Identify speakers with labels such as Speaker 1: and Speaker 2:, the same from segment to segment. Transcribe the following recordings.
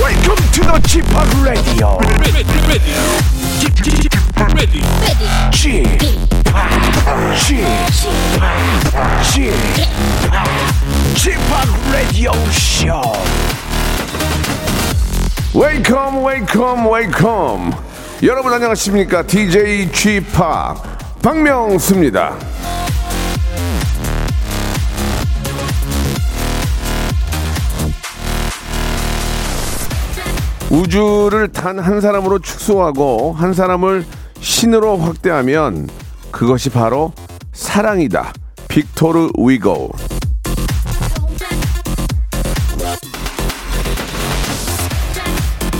Speaker 1: Welcome to the g p o p Radio.
Speaker 2: ready, ready, ready,
Speaker 1: g p o p g p o p Radio Show. Welcome, welcome, welcome. 여러분 안녕하십니까? DJ g p o p 박명수입니다. 우주를 단 한 사람으로 축소하고 한 사람을 신으로 확대하면 그것이 바로 사랑이다. 빅토르 위고.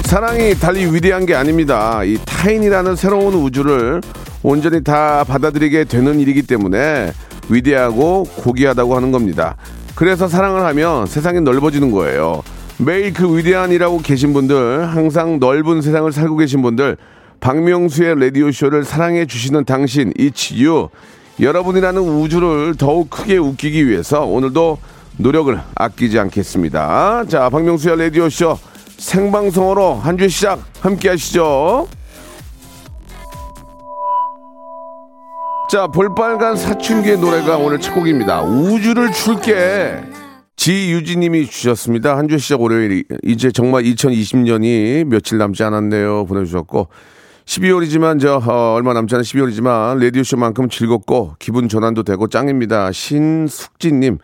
Speaker 1: 사랑이 달리 위대한 게 아닙니다. 이 타인이라는 새로운 우주를 온전히 다 받아들이게 되는 일이기 때문에 위대하고 고귀하다고 하는 겁니다. 그래서 사랑을 하면 세상이 넓어지는 거예요. 매일 그 위대한이라고 계신 분들, 항상 넓은 세상을 살고 계신 분들, 박명수의 라디오쇼를 사랑해 주시는 당신, it's you. 여러분이라는 우주를 더욱 크게 웃기기 위해서 오늘도 노력을 아끼지 않겠습니다. 자, 박명수의 라디오쇼 생방송으로 한 주 시작 함께 하시죠. 자, 볼빨간 사춘기의 노래가 오늘 첫 곡입니다. 우주를 출게. 지유진님이 주셨습니다. 한 주 시작 월요일 이제 정말 2020년이 며칠 남지 않았네요 보내주셨고 12월이지만 저 어, 얼마 남지 않은 12월이지만 라디오 쇼만큼 즐겁고 기분 전환도 되고 짱입니다. 신숙진님,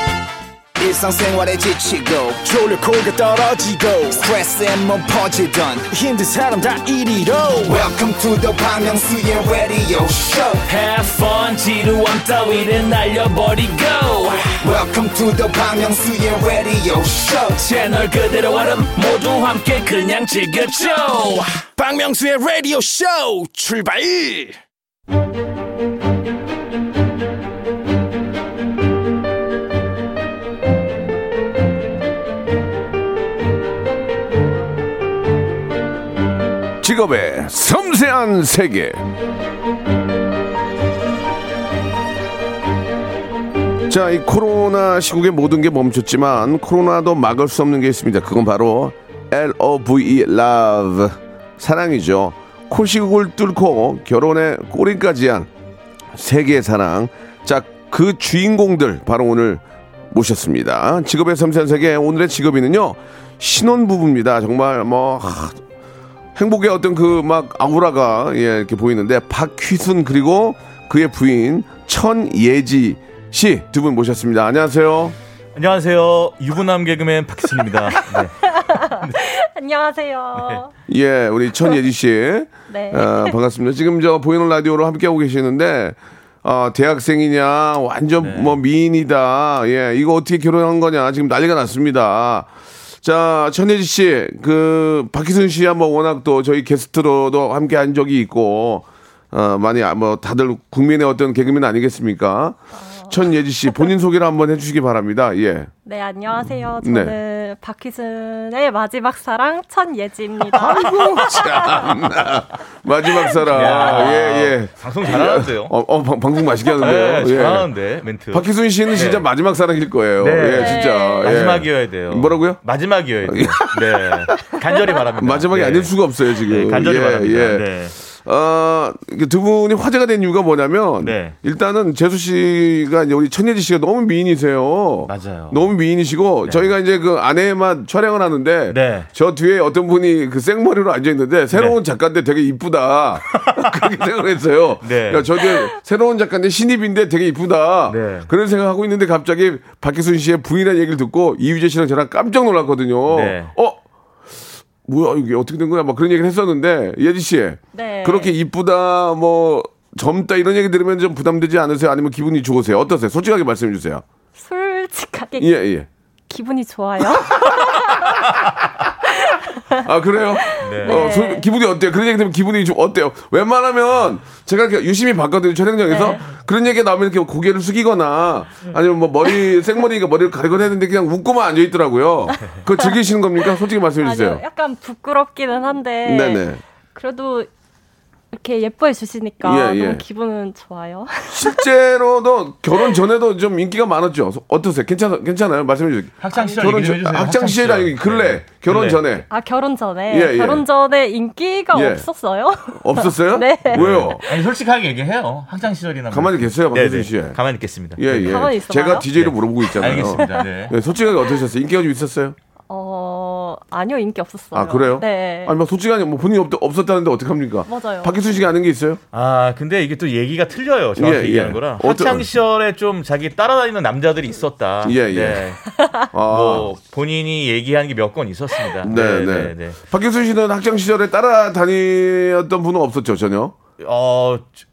Speaker 3: 일상생활에 지치고, 졸려 코가 떨어지고, 스트레스에 몸 퍼지던, 힘든 사람 다 이리로. welcome to the Bang Myung-soo's radio show
Speaker 4: Have fun 지루함 따위를 날려버리고
Speaker 3: welcome to the Bang Myung-soo's radio show
Speaker 4: 채널 그대로 얼음 모두 함께 그냥 즐겨줘
Speaker 3: 박명수의 radio show 출발
Speaker 1: 직업의 섬세한 세계. 자, 이 코로나 시국에 모든 게 멈췄지만 코로나도 막을 수 없는 게 있습니다. 그건 바로 L-O-V-E, E love. 사랑이죠. 코시국을 뚫고 결혼의 꼬리까지 한 세계의 사랑. 자, 그 주인공들 바로 오늘 모셨습니다. 직업의 섬세한 세계 오늘의 직업인은요. 신혼 부부입니다. 정말 뭐 하, 행복의 어떤 그 막 아우라가 예, 이렇게 보이는데 박휘순 그리고 그의 부인 천예지 씨 두 분 모셨습니다. 안녕하세요.
Speaker 5: 안녕하세요. 유부남 개그맨 박희순입니다. 네.
Speaker 6: 안녕하세요.
Speaker 1: 예, 우리 천예지 씨.
Speaker 6: 네.
Speaker 1: 아, 반갑습니다. 지금 저 보이는 라디오로 함께하고 계시는데, 아, 대학생이냐, 완전
Speaker 5: 네.
Speaker 1: 뭐 미인이다. 예, 이거 어떻게 결혼한 거냐. 지금 난리가 났습니다. 자, 천예지 씨, 그, 박희순 씨야 뭐 워낙 또 저희 게스트로도 함께 한 적이 있고, 어, 많이, 아, 뭐 다들 국민의 어떤 개그맨 아니겠습니까? 천예지 씨, 본인 소개를 한번 해주시기 바랍니다. 예.
Speaker 6: 네, 안녕하세요.
Speaker 1: 네.
Speaker 6: 저는 박희순의 마지막 사랑 천예지입니다.
Speaker 1: 참나. 마지막 사랑.
Speaker 5: 야.
Speaker 1: 예, 예.
Speaker 5: 방송 잘하는데요.
Speaker 1: 어, 어, 방, 방송 맛있게 하는데요.
Speaker 5: 네,
Speaker 1: 예.
Speaker 5: 잘하는데 멘트.
Speaker 1: 박희순 씨는 진짜 마지막 사랑일 거예요.
Speaker 5: 네.
Speaker 1: 예,
Speaker 5: 네.
Speaker 1: 진짜. 예.
Speaker 5: 마지막이어야 돼요.
Speaker 1: 뭐라고요?
Speaker 5: 마지막이어야 돼요. 네. 간절히 바랍니다.
Speaker 1: 마지막이
Speaker 5: 네.
Speaker 1: 아닐 수가 없어요, 지금.
Speaker 5: 네, 간절히
Speaker 1: 예,
Speaker 5: 바랍니다.
Speaker 1: 예.
Speaker 5: 네.
Speaker 1: 아, 이게 두 분이 화제가 된 이유가 뭐냐면
Speaker 5: 네.
Speaker 1: 일단은 재수 씨가 이제 우리 천예지 씨가 너무 미인이세요.
Speaker 5: 맞아요.
Speaker 1: 너무 미인이시고 저희가 이제 그 아내만 촬영을 하는데
Speaker 5: 네.
Speaker 1: 저 뒤에 어떤 분이 그 생머리로 앉아 있는데 새로운 작가인데 되게 이쁘다 그렇게 생각을 했어요.
Speaker 5: 네.
Speaker 1: 야, 저게 새로운 작가인데 신입인데 되게 이쁘다
Speaker 5: 네.
Speaker 1: 그런 생각하고 있는데 갑자기 박희순 씨의 부인한 얘기를 듣고 이휘재 씨랑 저랑 깜짝 놀랐거든요.
Speaker 5: 네.
Speaker 1: 어? 뭐야 이게 어떻게 된 거야 막 그런 얘기를 했었는데 예지 씨
Speaker 6: 네.
Speaker 1: 그렇게 이쁘다 뭐 젊다 이런 얘기 들으면 좀 부담되지 않으세요 아니면 기분이 좋으세요 어떠세요 솔직하게 말씀해 주세요
Speaker 6: 솔직하게
Speaker 1: 예예
Speaker 6: 기분이 좋아요.
Speaker 1: 아 그래요 어, 솔- 기분이 어때요 그런 얘기 들으면 기분이 좀 어때요 웬만하면 제가 이렇게 유심히 봤거든요 촬영장에서
Speaker 6: 네.
Speaker 1: 그런 얘기 가 나오면 이렇게 고개를 숙이거나 아니면 뭐 머리 생머리가 머리를 가리거나 했는데 그냥 웃고만 앉아 있더라고요 그거 즐기시는 겁니까 솔직히 말씀해
Speaker 6: 아니요, 예.
Speaker 1: 주세요
Speaker 6: 약간 부끄럽기는 한데
Speaker 1: 네네
Speaker 6: 그래도 이렇게 예뻐해 주시니까
Speaker 1: 예, 예.
Speaker 6: 너무 기분은 좋아요.
Speaker 1: 실제로도 결혼 전에도 좀 인기가 많았죠. 어떠세요? 괜찮아, 괜찮아요? 말씀해 주세요.
Speaker 5: 학창 시절
Speaker 1: 결혼
Speaker 5: 얘기 좀 해주세요.
Speaker 1: 학창 시절 아니 근래
Speaker 5: 네.
Speaker 1: 결혼
Speaker 5: 근래.
Speaker 1: 전에
Speaker 6: 아 결혼 전에
Speaker 1: 예, 예.
Speaker 6: 결혼 전에 인기가
Speaker 1: 예.
Speaker 6: 없었어요.
Speaker 1: 없었어요?
Speaker 6: 네.
Speaker 1: 왜요?
Speaker 5: 아니 솔직하게 얘기해요. 학창 시절이나 뭐.
Speaker 1: 가만히 계세요,
Speaker 5: 네,
Speaker 1: 박혜진 씨.
Speaker 5: 네. 가만히 있겠습니다.
Speaker 1: 예, 예.
Speaker 6: 가만히 있어봐요.
Speaker 1: 제가 DJ로
Speaker 5: 네.
Speaker 1: 물어보고 있잖아요.
Speaker 5: 알겠습니다. 네.
Speaker 1: 예, 솔직하게 어떠셨어요? 인기가 좀 있었어요?
Speaker 6: 어 아니요 인기 없었어요.
Speaker 1: 아 그래요?
Speaker 6: 네.
Speaker 1: 아니 뭐 솔직하게 뭐 본인이 없, 없었다는데 어떡 합니까?
Speaker 6: 맞아요.
Speaker 1: 박희순 씨가 아는 게 있어요?
Speaker 5: 아 근데 이게 또 얘기가 틀려요. 정확히
Speaker 1: 예, 예.
Speaker 5: 얘기하는 거랑
Speaker 1: 어떠-
Speaker 5: 학창 시절에 좀 자기 따라다니는 남자들이 있었다.
Speaker 1: 예, 예.
Speaker 5: 네.
Speaker 1: 아,
Speaker 5: 뭐 본인이 얘기한 게 몇 건 있었습니다.
Speaker 1: 네, 네, 박희순 씨는 학창 시절에 따라 다녔던 분은 없었죠 전혀.
Speaker 5: 어 저-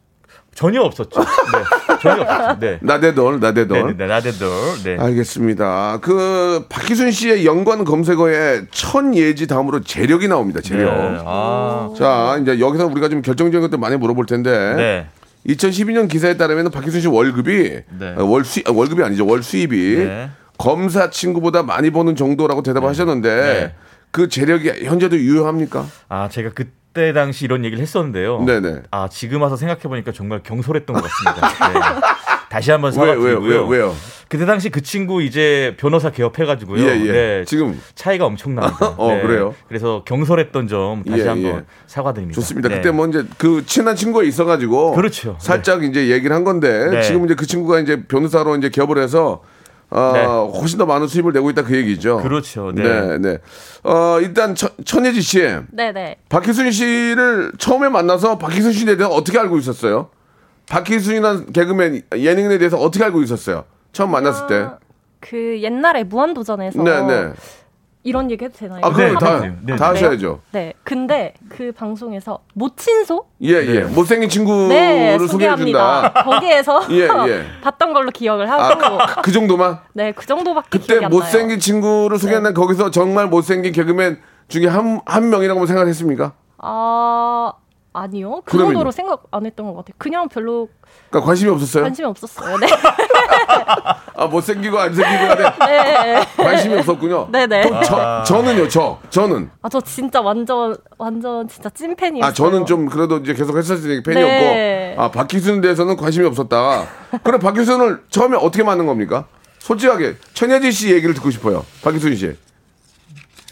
Speaker 5: 전혀 없었죠. 네, 전혀 없었죠. 네.
Speaker 1: 나대돌,
Speaker 5: 네,
Speaker 1: 나대돌.
Speaker 5: 네, 네, 나대들. 네.
Speaker 1: 아, 알겠습니다. 그 박희순 씨의 연관 검색어에 천예지 다음으로 재력이 나옵니다.
Speaker 5: 네.
Speaker 1: 재력.
Speaker 5: 아.
Speaker 1: 자, 이제 여기서 우리가 좀 결정적인 것들 많이 물어볼 텐데.
Speaker 5: 네.
Speaker 1: 2012년 기사에 따르면 박희순 씨 월급이
Speaker 5: 네.
Speaker 1: 어, 월 수입 월급이 아니죠. 월 수입이
Speaker 5: 네.
Speaker 1: 검사 친구보다 많이 버는 정도라고 대답하셨는데
Speaker 5: 네.
Speaker 1: 그 재력이 현재도 유효합니까?
Speaker 5: 아, 제가 그때 당시 이런 얘기를 했었는데요.
Speaker 1: 네, 네.
Speaker 5: 아, 지금 와서 생각해 보니까 정말 경솔했던 것 같습니다. 네. 다시 한번
Speaker 1: 왜, 왜,
Speaker 5: 사과드리고요.
Speaker 1: 왜, 왜요?
Speaker 5: 그때 당시 그 친구 이제 변호사 개업해가지고요.
Speaker 1: 예, 예.
Speaker 5: 네,
Speaker 1: 지금
Speaker 5: 차이가 엄청납니다. 네.
Speaker 1: 어, 그래요?
Speaker 5: 그래서 경솔했던 점 다시
Speaker 1: 예,
Speaker 5: 한번
Speaker 1: 예.
Speaker 5: 사과드립니다.
Speaker 1: 좋습니다.
Speaker 5: 네.
Speaker 1: 그때 뭐 이제 그 친한 친구가 있어가지고
Speaker 5: 그렇죠.
Speaker 1: 살짝 이제 얘기를 한 건데
Speaker 5: 네.
Speaker 1: 지금 이제 그 친구가 이제 변호사로 이제 기업을 해서 어,
Speaker 5: 네.
Speaker 1: 훨씬 더 많은 수입을 내고 있다 그 얘기죠.
Speaker 5: 그렇죠. 네.
Speaker 1: 네, 네. 어, 일단 천, 천예지 씨,
Speaker 6: 네네.
Speaker 1: 박희순 씨를 처음에 만나서 박희순 씨에 대해서 어떻게 알고 있었어요? 박희순이란 개그맨 예능인에 대해서 어떻게 알고 있었어요? 처음 만났을 때.
Speaker 6: 그 옛날에 무한도전에서
Speaker 1: 네, 네.
Speaker 6: 이런 얘기 해도 되나요?
Speaker 1: 아, 그럼
Speaker 5: 네,
Speaker 1: 다,
Speaker 5: 네, 네.
Speaker 1: 다 하셔야죠.
Speaker 6: 네. 근데 그 방송에서 모친소
Speaker 1: 예, 예. 못생긴 친구를
Speaker 6: 네,
Speaker 1: 소개해준다.
Speaker 6: 소개합니다. 거기에서
Speaker 1: 예, 예.
Speaker 6: 봤던 걸로 기억을 하고
Speaker 1: 아, 그 정도만?
Speaker 6: 네, 그 정도밖에
Speaker 1: 그때
Speaker 6: 기억이 안 나요.
Speaker 1: 못생긴 친구를 소개했는데
Speaker 6: 네.
Speaker 1: 거기서 정말 못생긴 개그맨 중에 한, 한 명이라고 생각했습니까?
Speaker 6: 아, 아니요. 그
Speaker 1: 그러면요?
Speaker 6: 정도로 생각 안 했던 것 같아요. 그냥 별로 네.
Speaker 1: 그러니까 관심이 없었어요?
Speaker 6: 관심이 없었어요. 네.
Speaker 1: 아, 못생기고 안 생기고에 대한
Speaker 6: 네.
Speaker 1: 관심이 없었군요.
Speaker 6: 네네.
Speaker 1: 또
Speaker 5: 아.
Speaker 1: 저, 저는요, 저. 저는.
Speaker 6: 아 저 진짜 완전 완전 진짜 찐팬이에요.
Speaker 1: 아, 저는 좀 그래도 이제 계속 했었으니까 팬이
Speaker 6: 네.
Speaker 1: 없고. 아, 박희순에 대해서는 관심이 없었다. 그럼 박희순을 처음에 어떻게 만난 겁니까? 솔직하게 천혜지 씨 얘기를 듣고 싶어요. 박희순 씨.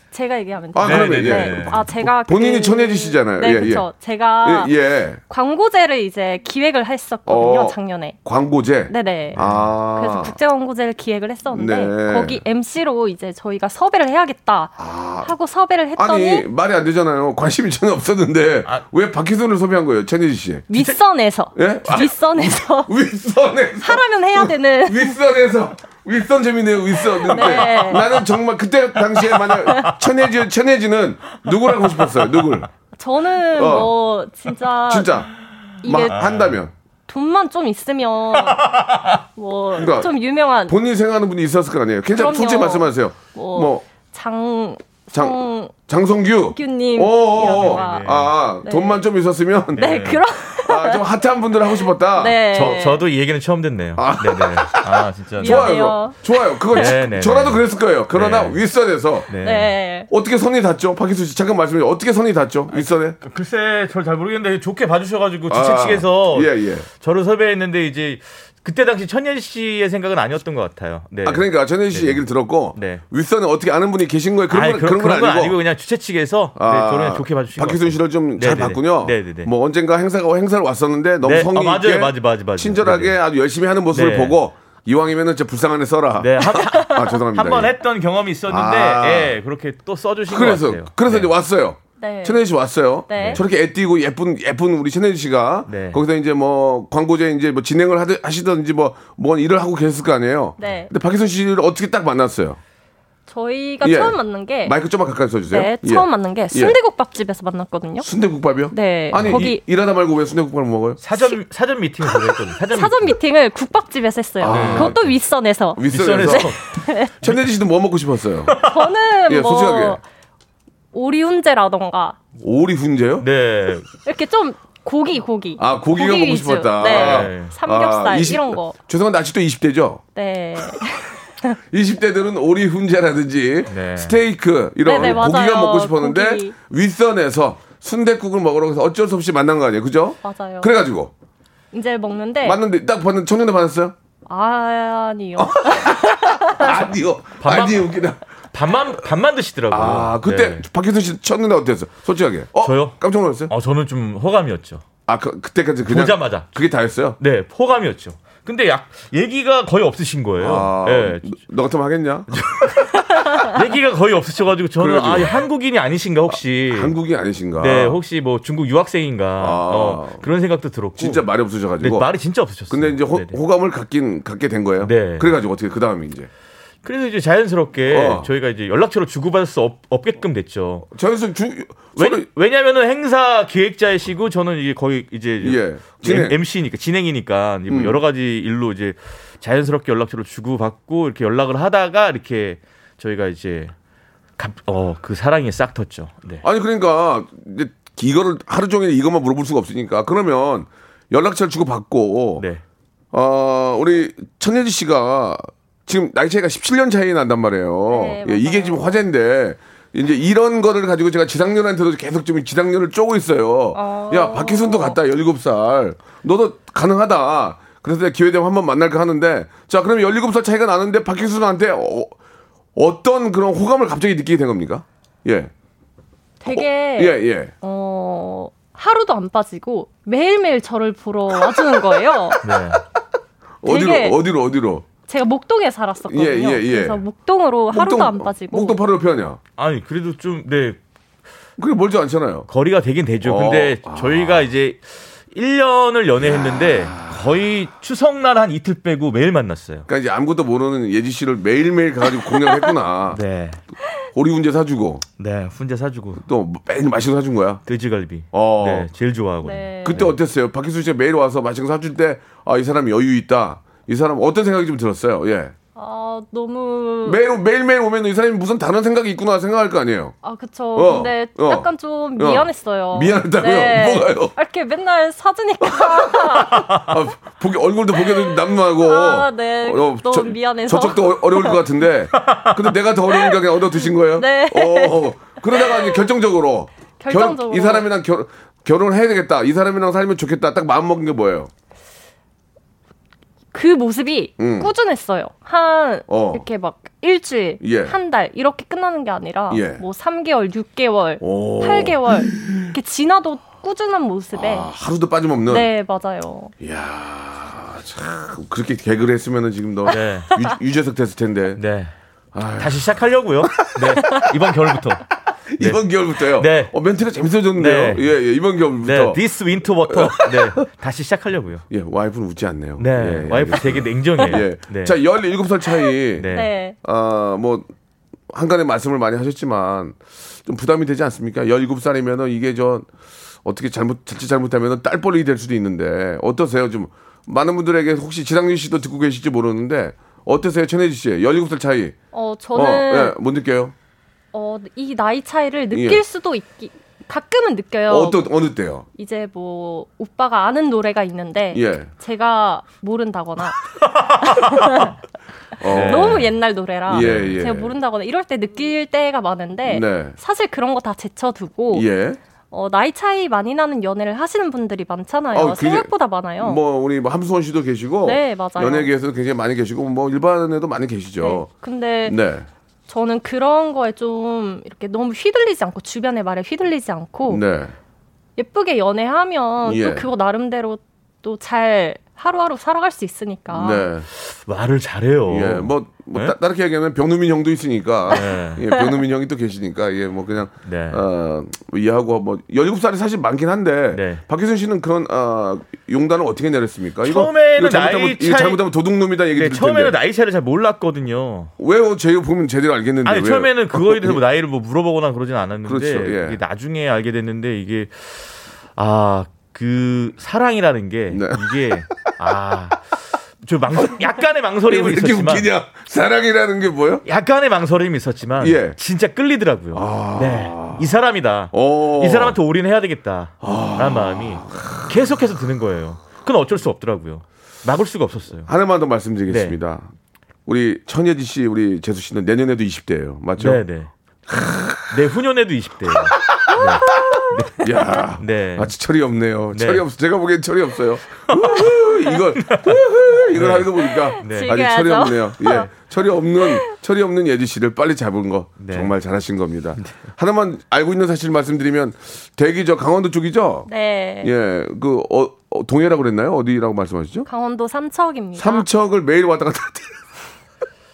Speaker 6: 제가 얘기하면 돼요.
Speaker 1: 아, 그러면
Speaker 5: 네, 네,
Speaker 1: 예.
Speaker 5: 네.
Speaker 6: 아 제가
Speaker 1: 본인이 천혜지 씨잖아요.
Speaker 6: 네,
Speaker 1: 예, 예.
Speaker 6: 그렇죠. 제가
Speaker 1: 예, 예.
Speaker 6: 광고제를 이제 기획을 했었거든요,
Speaker 1: 어.
Speaker 6: 작년에.
Speaker 1: 광고제.
Speaker 6: 네네.
Speaker 1: 아.
Speaker 6: 그래서 국제 광고제를 기획을 했었는데
Speaker 1: 네.
Speaker 6: 거기 MC로 이제 저희가 섭외를 해야겠다 하고 섭외를 했더니
Speaker 1: 아. 아니 말이 안 되잖아요. 관심이 전혀 없었는데
Speaker 5: 아.
Speaker 1: 왜 박희순을 섭외한 거예요, 천혜지 씨?
Speaker 6: 윗선에서
Speaker 1: 예? 아.
Speaker 6: 윗선에서
Speaker 1: 윗선에서
Speaker 6: 하라면 해야 되는
Speaker 1: 윗선에서 윗선 재밌네요 윗선 근데
Speaker 6: 네.
Speaker 1: 나는 정말 그때 당시에 만약 천혜지 천혜지는 누구를 하고 싶었어요 누굴
Speaker 6: 저는
Speaker 1: 어.
Speaker 6: 뭐 진짜,
Speaker 1: 진짜 막
Speaker 6: 이게
Speaker 1: 한다면
Speaker 6: 돈만 좀 있으면 뭐 좀
Speaker 1: 그러니까
Speaker 6: 유명한
Speaker 1: 본인 생각하는 분이 있었을 거 아니에요 괜찮아
Speaker 6: 그럼요.
Speaker 1: 솔직히 말씀하세요
Speaker 6: 뭐,
Speaker 1: 뭐
Speaker 6: 장
Speaker 1: 장- 어,
Speaker 6: 성-
Speaker 1: 장성규
Speaker 6: 규님
Speaker 1: 오오오
Speaker 6: 이라던가.
Speaker 1: 아
Speaker 6: 네.
Speaker 1: 돈만 좀 있었으면
Speaker 6: 네 그런
Speaker 1: 아, 좀 핫한 분들 하고 싶었다
Speaker 6: 네
Speaker 5: 아, 저 저도 이 얘기는 처음 듣네요. 네네. 아 진짜.
Speaker 1: 좋아요 그거.
Speaker 6: 미안해요.
Speaker 1: 좋아요 그거 지-
Speaker 5: 네, 네,
Speaker 1: 저라도
Speaker 5: 네.
Speaker 1: 그랬을 거예요 그러나
Speaker 5: 네.
Speaker 1: 윗선에서
Speaker 5: 네.
Speaker 6: 네.
Speaker 1: 어떻게 선이 닿죠 박희수 씨 잠깐 말씀해 주세요 어떻게 선이 닿죠
Speaker 5: 아,
Speaker 1: 윗선에
Speaker 5: 글쎄 저잘 모르겠는데 좋게 봐주셔가지고
Speaker 1: 아,
Speaker 5: 그 지체측에서
Speaker 1: 예, 예.
Speaker 5: 저를 섭외했는데 이제 그때 당시 천연 씨의 생각은 아니었던 것 같아요. 네.
Speaker 1: 아 그러니까 전현 씨
Speaker 5: 네.
Speaker 1: 얘기를 들었고
Speaker 5: 네.
Speaker 1: 윗선에 어떻게 아는 분이 계신 거예요? 그런
Speaker 5: 아니,
Speaker 1: 건 그런, 건 아니고. 아,
Speaker 5: 그냥 주최측에서 네, 저를 그냥 좋게 봐주신 것
Speaker 1: 박희순
Speaker 5: 같아요.
Speaker 1: 씨를 좀 잘
Speaker 5: 네네네.
Speaker 1: 봤군요.
Speaker 5: 네네네.
Speaker 1: 뭐 언젠가 행사가 행사를 왔었는데 너무
Speaker 5: 네.
Speaker 1: 성의
Speaker 5: 아, 맞아요.
Speaker 1: 있게
Speaker 5: 맞아요. 맞아요. 맞아요.
Speaker 1: 친절하게
Speaker 5: 네네.
Speaker 1: 아주 열심히 하는 모습을
Speaker 5: 네.
Speaker 1: 보고 이왕이면은 진짜 불쌍한 애 써라.
Speaker 5: 네, 한,
Speaker 1: 아 죄송합니다.
Speaker 5: 한번
Speaker 1: 예.
Speaker 5: 했던 경험이 있었는데
Speaker 1: 아.
Speaker 5: 예, 그렇게 또 써주신
Speaker 1: 그래서
Speaker 5: 것 같아요.
Speaker 1: 그래서
Speaker 5: 네.
Speaker 1: 이제 왔어요.
Speaker 6: 네.
Speaker 1: 천혜지 씨 왔어요.
Speaker 6: 네.
Speaker 1: 저렇게 애띄고 예쁜 예쁜 우리 천혜지 씨가
Speaker 5: 네.
Speaker 1: 거기서 이제 뭐 광고제 이제 뭐 진행을 하드, 하시던지 뭐 뭔 일을 하고 계셨을 거 아니에요.
Speaker 6: 네.
Speaker 1: 근데 박희순 씨를 어떻게 딱 만났어요?
Speaker 6: 저희가
Speaker 1: 예.
Speaker 6: 처음 만난 게
Speaker 1: 마이크 좀만 가까이 써주세요.
Speaker 6: 네,
Speaker 1: 예.
Speaker 6: 처음 만난 게 순대국밥 집에서 만났거든요.
Speaker 1: 순대국밥이요?
Speaker 6: 네,
Speaker 1: 아니
Speaker 6: 거기-
Speaker 1: 이- 일하다 말고 왜 순대국밥을 먹어요?
Speaker 5: 사전 사전 미팅을 저를 했거든요. 사전,
Speaker 6: 사전 미팅을 국밥집에서 했어요.
Speaker 1: 아.
Speaker 6: 그것도 윗선에서.
Speaker 1: 윗선에서
Speaker 5: 미션에서
Speaker 1: 천혜지 씨도 뭐 먹고 싶었어요?
Speaker 6: 저는
Speaker 1: 예,
Speaker 6: 뭐
Speaker 1: 솔직하게.
Speaker 6: 오리훈제라던가
Speaker 1: 오리 훈제요?
Speaker 5: 네
Speaker 6: 이렇게 좀 고기 고기.
Speaker 1: 아, 고기가 먹고
Speaker 6: 위주.
Speaker 1: 싶었다.
Speaker 6: 네.
Speaker 5: 아.
Speaker 6: 삼겹살
Speaker 1: 아, 이십-
Speaker 6: 이런 거.
Speaker 1: 죄송한데 아직도 20대죠?
Speaker 6: 네.
Speaker 1: 20대들은 오리 훈제라든지
Speaker 5: 네.
Speaker 1: 스테이크 이런
Speaker 6: 네, 네,
Speaker 1: 고기가
Speaker 6: 맞아요.
Speaker 1: 먹고 싶었는데
Speaker 6: 고기.
Speaker 1: 윗선에서 순대국을 먹으러 가서 어쩔 수 없이 만난 거 아니에요, 그죠?
Speaker 6: 맞아요. 네.
Speaker 1: 그래가지고
Speaker 6: 이제 먹는데
Speaker 1: 맞는데 어? 딱 봤는데 청년도 받았어요?
Speaker 6: 아니요.
Speaker 1: 아니요,
Speaker 5: 밥만-
Speaker 1: 아니 웃기다.
Speaker 5: 밥만 밥만 드시더라고요.
Speaker 1: 아 그때
Speaker 5: 네.
Speaker 1: 박혜선 씨 첫눈에 어땠어요? 솔직하게. 어?
Speaker 5: 저요?
Speaker 1: 깜짝 놀랐어요?
Speaker 5: 어 저는 좀 호감이었죠.
Speaker 1: 아 그, 그때까지 그냥
Speaker 5: 보자마자.
Speaker 1: 그게 다였어요?
Speaker 5: 네, 호감이었죠. 근데 약 얘기가 거의 없으신 거예요.
Speaker 1: 아,
Speaker 5: 예,
Speaker 1: 너, 너 같으면 하겠냐?
Speaker 5: 얘기가 거의 없으셔가지고 저는
Speaker 1: 그래가지고.
Speaker 5: 아 한국인이 아니신가 혹시
Speaker 1: 한국이 아니신가? 아.
Speaker 5: 네 혹시 뭐 중국 유학생인가 어, 그런 생각도 들었고
Speaker 1: 진짜 말이
Speaker 5: 네,
Speaker 1: 없으셔가지고.
Speaker 5: 말이 진짜 없으셨어요.
Speaker 1: 근데 이제 호,
Speaker 5: 네네.
Speaker 1: 감을 갖긴 갖게 된 거예요.
Speaker 5: 네.
Speaker 1: 그래가지고 어떻게 그 다음에 이제
Speaker 5: 그래서 이제 자연스럽게
Speaker 1: 어.
Speaker 5: 저희가 이제 연락처를 주고받을 수 없, 없게끔 됐죠.
Speaker 1: 저희서 주
Speaker 5: 왜,
Speaker 1: 서로
Speaker 5: 왜냐면은 행사 기획자이시고 저는 이게 거의 이제
Speaker 1: 예, 진행. 음.
Speaker 5: MC니까 진행이니까 뭐 여러 가지 일로 이제 자연스럽게 연락처를 주고 받고 이렇게 연락을 하다가 이렇게 저희가 이제 어그 사랑이 싹 텄죠. 네.
Speaker 1: 아니 그러니까 이제 이거를 하루 종일 이것만 물어볼 수가 없으니까 그러면 연락처를 주고 받고
Speaker 5: 네.
Speaker 1: 어 우리 천예지 씨가 지금 나이 차이가 17년 차이 난단 말이에요.
Speaker 6: 네,
Speaker 1: 예, 이게
Speaker 6: 맞아요.
Speaker 1: 지금 화제인데 이제 이런 거를 가지고 제가 지상렬한테도 계속 좀 지상렬을 쪼고 있어요.
Speaker 6: 어.
Speaker 1: 야 박희순도 갔다 17살 너도 가능하다. 그래서 내가 기회 되면 한번 만날까 하는데 자 그럼 17살 차이가 나는데 박희순한테 어, 떤 그런 호감을 갑자기 느끼게 된 겁니까? 예.
Speaker 6: 되게
Speaker 1: 예, 예.
Speaker 6: 어 하루도 안 빠지고 매일매일 저를 보러 와주는 거예요.
Speaker 5: 네.
Speaker 1: 어디로
Speaker 6: 되게-
Speaker 1: 어디로 어디로?
Speaker 6: 제가 목동에 살았었거든요.
Speaker 1: 예, 예, 예.
Speaker 6: 그래서 목동으로 하루도
Speaker 1: 목동-
Speaker 6: 안 빠지고
Speaker 1: 목동 바로 옆에 아니야.
Speaker 5: 아니 그래도 좀 네
Speaker 1: 그게 멀지 않잖아요.
Speaker 5: 거리가 되긴 되죠.
Speaker 1: 어,
Speaker 5: 근데
Speaker 1: 아.
Speaker 5: 저희가 이제 1년을 연애했는데 거의 추석날 한 이틀 빼고 매일 만났어요.
Speaker 1: 그러니까 이제 아무것도 모르는 예지 씨를 매일매일 가가지고 공략했구나.
Speaker 5: 네.
Speaker 1: 오리훈제 사주고
Speaker 5: 네. 훈제 사주고
Speaker 1: 또 매일 맛있는 거 사준 거야.
Speaker 5: 돼지갈비.
Speaker 1: 어.
Speaker 5: 네. 제일 좋아하고.
Speaker 6: 네.
Speaker 1: 그때 어땠어요? 박희순 씨가 매일 와서 맛있는 거 사줄 때 아 이 사람이 여유 있다. 이 사람 어떤 생각이 좀 들었어요? 예.
Speaker 6: 아, 아 너무
Speaker 1: 매일 매일매일 오면 이 사람이 무슨 다른 생각이 있구나 생각할 거 아니에요.
Speaker 6: 아 그쵸.
Speaker 1: 어,
Speaker 6: 근데
Speaker 1: 어.
Speaker 6: 약간 좀 미안했어요.
Speaker 1: 미안했다고요? 뭐가요?
Speaker 6: 아, 이렇게 맨날 사주니까
Speaker 1: 아, 보기 얼굴도 보기에도 남하고. 어,
Speaker 6: 아, 네. 너무 미안해서.
Speaker 1: 저쪽도 어- 어려울 것 같은데. 근데 내가 더 어려우니까 그냥 얻어 드신 거예요?
Speaker 6: 네.
Speaker 1: 어, 그러다가 이제 결정적으로. 결-
Speaker 6: 결정적으로.
Speaker 1: 이 사람이랑 결 결혼을 해야 되겠다. 이 사람이랑 살면 좋겠다. 딱 마음 먹은 게 뭐예요?
Speaker 6: 그 모습이
Speaker 1: 음.
Speaker 6: 꾸준했어요. 한
Speaker 1: 어.
Speaker 6: 이렇게 막 일주일,
Speaker 1: 예.
Speaker 6: 한 달 이렇게 끝나는 게 아니라
Speaker 1: 예.
Speaker 6: 뭐 3개월, 6개월,
Speaker 1: 오.
Speaker 6: 8개월 이렇게 지나도 꾸준한 모습에
Speaker 1: 아, 하루도 빠짐없는.
Speaker 6: 네 맞아요.
Speaker 1: 이야, 참 그렇게 개그를 했으면은 지금 너
Speaker 5: 네.
Speaker 1: 유, 유재석 됐을 텐데
Speaker 5: 네. 다시 시작하려고요. 네. 이번 겨울부터.
Speaker 1: 이번 겨울부터요.
Speaker 5: 네.
Speaker 1: 어, 멘트가 재밌어졌는데요.
Speaker 5: 네.
Speaker 1: 예, 예, 이번
Speaker 5: 네.
Speaker 1: 겨울부터.
Speaker 5: 디스 윈터 워터. 네. 다시 시작하려고요.
Speaker 1: 예, 와이프는 웃지 않네요.
Speaker 5: 네.
Speaker 1: 예, 예,
Speaker 5: 와이프 되게 냉정해요.
Speaker 1: 예.
Speaker 5: 네.
Speaker 1: 자, 17살 차이.
Speaker 5: 네.
Speaker 6: 네.
Speaker 1: 아, 뭐 한간의 말씀을 많이 하셨지만 좀 부담이 되지 않습니까? 17살이면은 이게 저 어떻게 잘못 자칫 잘못하면은 딸벌이 될 수도 있는데 어떠세요? 좀 많은 분들에게 혹시 지상윤 씨도 듣고 계실지 모르는데 어떠세요? 천혜지 씨. 17살 차이.
Speaker 6: 어
Speaker 1: 어,
Speaker 6: 저는
Speaker 1: 예, 못 느껴요.
Speaker 6: 어, 이 나이 차이를 느낄
Speaker 1: 예.
Speaker 6: 수도 있기 가끔은 느껴요.
Speaker 1: 어떤 어느 때요?
Speaker 6: 이제 뭐 오빠가 아는 노래가 있는데
Speaker 1: 예.
Speaker 6: 제가 모른다거나
Speaker 1: 어.
Speaker 5: 네.
Speaker 6: 너무 옛날 노래라
Speaker 1: 예, 예.
Speaker 6: 제가 모른다거나 이럴 때 느낄 때가 많은데
Speaker 1: 네.
Speaker 6: 사실 그런 거 다 제쳐두고
Speaker 1: 예.
Speaker 6: 어, 나이 차이 많이 나는 연애를 하시는 분들이 많잖아요.
Speaker 1: 어, 굉장히-
Speaker 6: 생각보다 많아요.
Speaker 1: 뭐 우리 뭐 함수원 씨도 계시고
Speaker 6: 네, 맞아요.
Speaker 1: 연예계에서도 굉장히 많이 계시고 뭐 일반에도 많이
Speaker 6: 네.
Speaker 1: 계시죠.
Speaker 6: 근데
Speaker 1: 네.
Speaker 6: 저는 그런 거에 좀 이렇게 너무 휘둘리지 않고 주변의 말에 휘둘리지 않고
Speaker 1: 네.
Speaker 6: 예쁘게 연애하면
Speaker 1: 예.
Speaker 6: 또 그거 나름대로 또 잘 하루하루 살아갈 수 있으니까
Speaker 1: 네.
Speaker 5: 말을 잘해요.
Speaker 1: 예. 뭐, 뭐
Speaker 5: 네?
Speaker 1: 따, 다르게 얘기하면 병누민 형도 있으니까.
Speaker 5: 네.
Speaker 1: 예, 병누민 형이 또 계시니까. 예, 뭐 그냥
Speaker 5: 네.
Speaker 1: 어, 뭐 이해하고 뭐 17살이 사실 많긴 한데
Speaker 5: 네.
Speaker 1: 박희순 씨는 그런 어, 용단을 어떻게 내렸습니까? 이거,
Speaker 5: 처음에는
Speaker 1: 이거 잘못하면
Speaker 5: 나이
Speaker 1: 이거
Speaker 5: 차이-
Speaker 1: 잘못하면 도둑놈이다 얘기
Speaker 5: 네,
Speaker 1: 들 텐데.
Speaker 5: 처음에는 나이 차이를 잘 몰랐거든요.
Speaker 1: 왜요? 제가 보면 제대로 알겠는데.
Speaker 5: 아니
Speaker 1: 왜요?
Speaker 5: 처음에는 그거에 대해서 뭐 나이를 뭐 물어보거나 그러진 않았는데
Speaker 1: 그렇죠, 예.
Speaker 5: 이게 나중에 알게 됐는데 이게 아 그 사랑이라는 게
Speaker 1: 네.
Speaker 5: 이게 아저 망설 약간의
Speaker 1: 왜
Speaker 5: 망설임은
Speaker 1: 이렇게
Speaker 5: 있었지만
Speaker 1: 웃기냐? 사랑이라는 게 뭐예요?
Speaker 5: 약간의 망설임이 있었지만
Speaker 1: 예. 아.
Speaker 5: 진짜 끌리더라고요. 네. 이 사람이다.
Speaker 1: 어. 아.
Speaker 5: 이 사람한테 올인해야 되겠다라는 마음이 계속해서 드는 거예요. 그건 어쩔 수 없더라고요. 막을 수가 없었어요.
Speaker 1: 하나만 더 말씀드리겠습니다.
Speaker 5: 네.
Speaker 1: 우리 천예지 씨, 우리 재수 씨는 내년에도 20대예요. 맞죠?
Speaker 5: 네네. 내 후년에도 20대예요.
Speaker 1: 야.
Speaker 5: 네.
Speaker 1: 아, 철이 없네요.
Speaker 5: 네.
Speaker 1: 철이 없어. 제가 보기엔 철이 없어요. 우후, 이걸 우후, 이걸 하다 보니까
Speaker 5: 네.
Speaker 1: 아직 철이
Speaker 6: 즐겨야죠. 어.
Speaker 1: 없네요. 예. 철이 없는 철이 없는 예지 씨를 빨리 잡은 거
Speaker 5: 네.
Speaker 1: 정말 잘하신 겁니다. 하나만 알고 있는 사실 말씀드리면 대기 저 강원도 쪽이죠?
Speaker 6: 네.
Speaker 1: 예. 그 어, 어, 동해라고 그랬나요? 어디라고 말씀하시죠?
Speaker 6: 강원도 삼척입니다.
Speaker 1: 삼척을 매일 왔다 갔다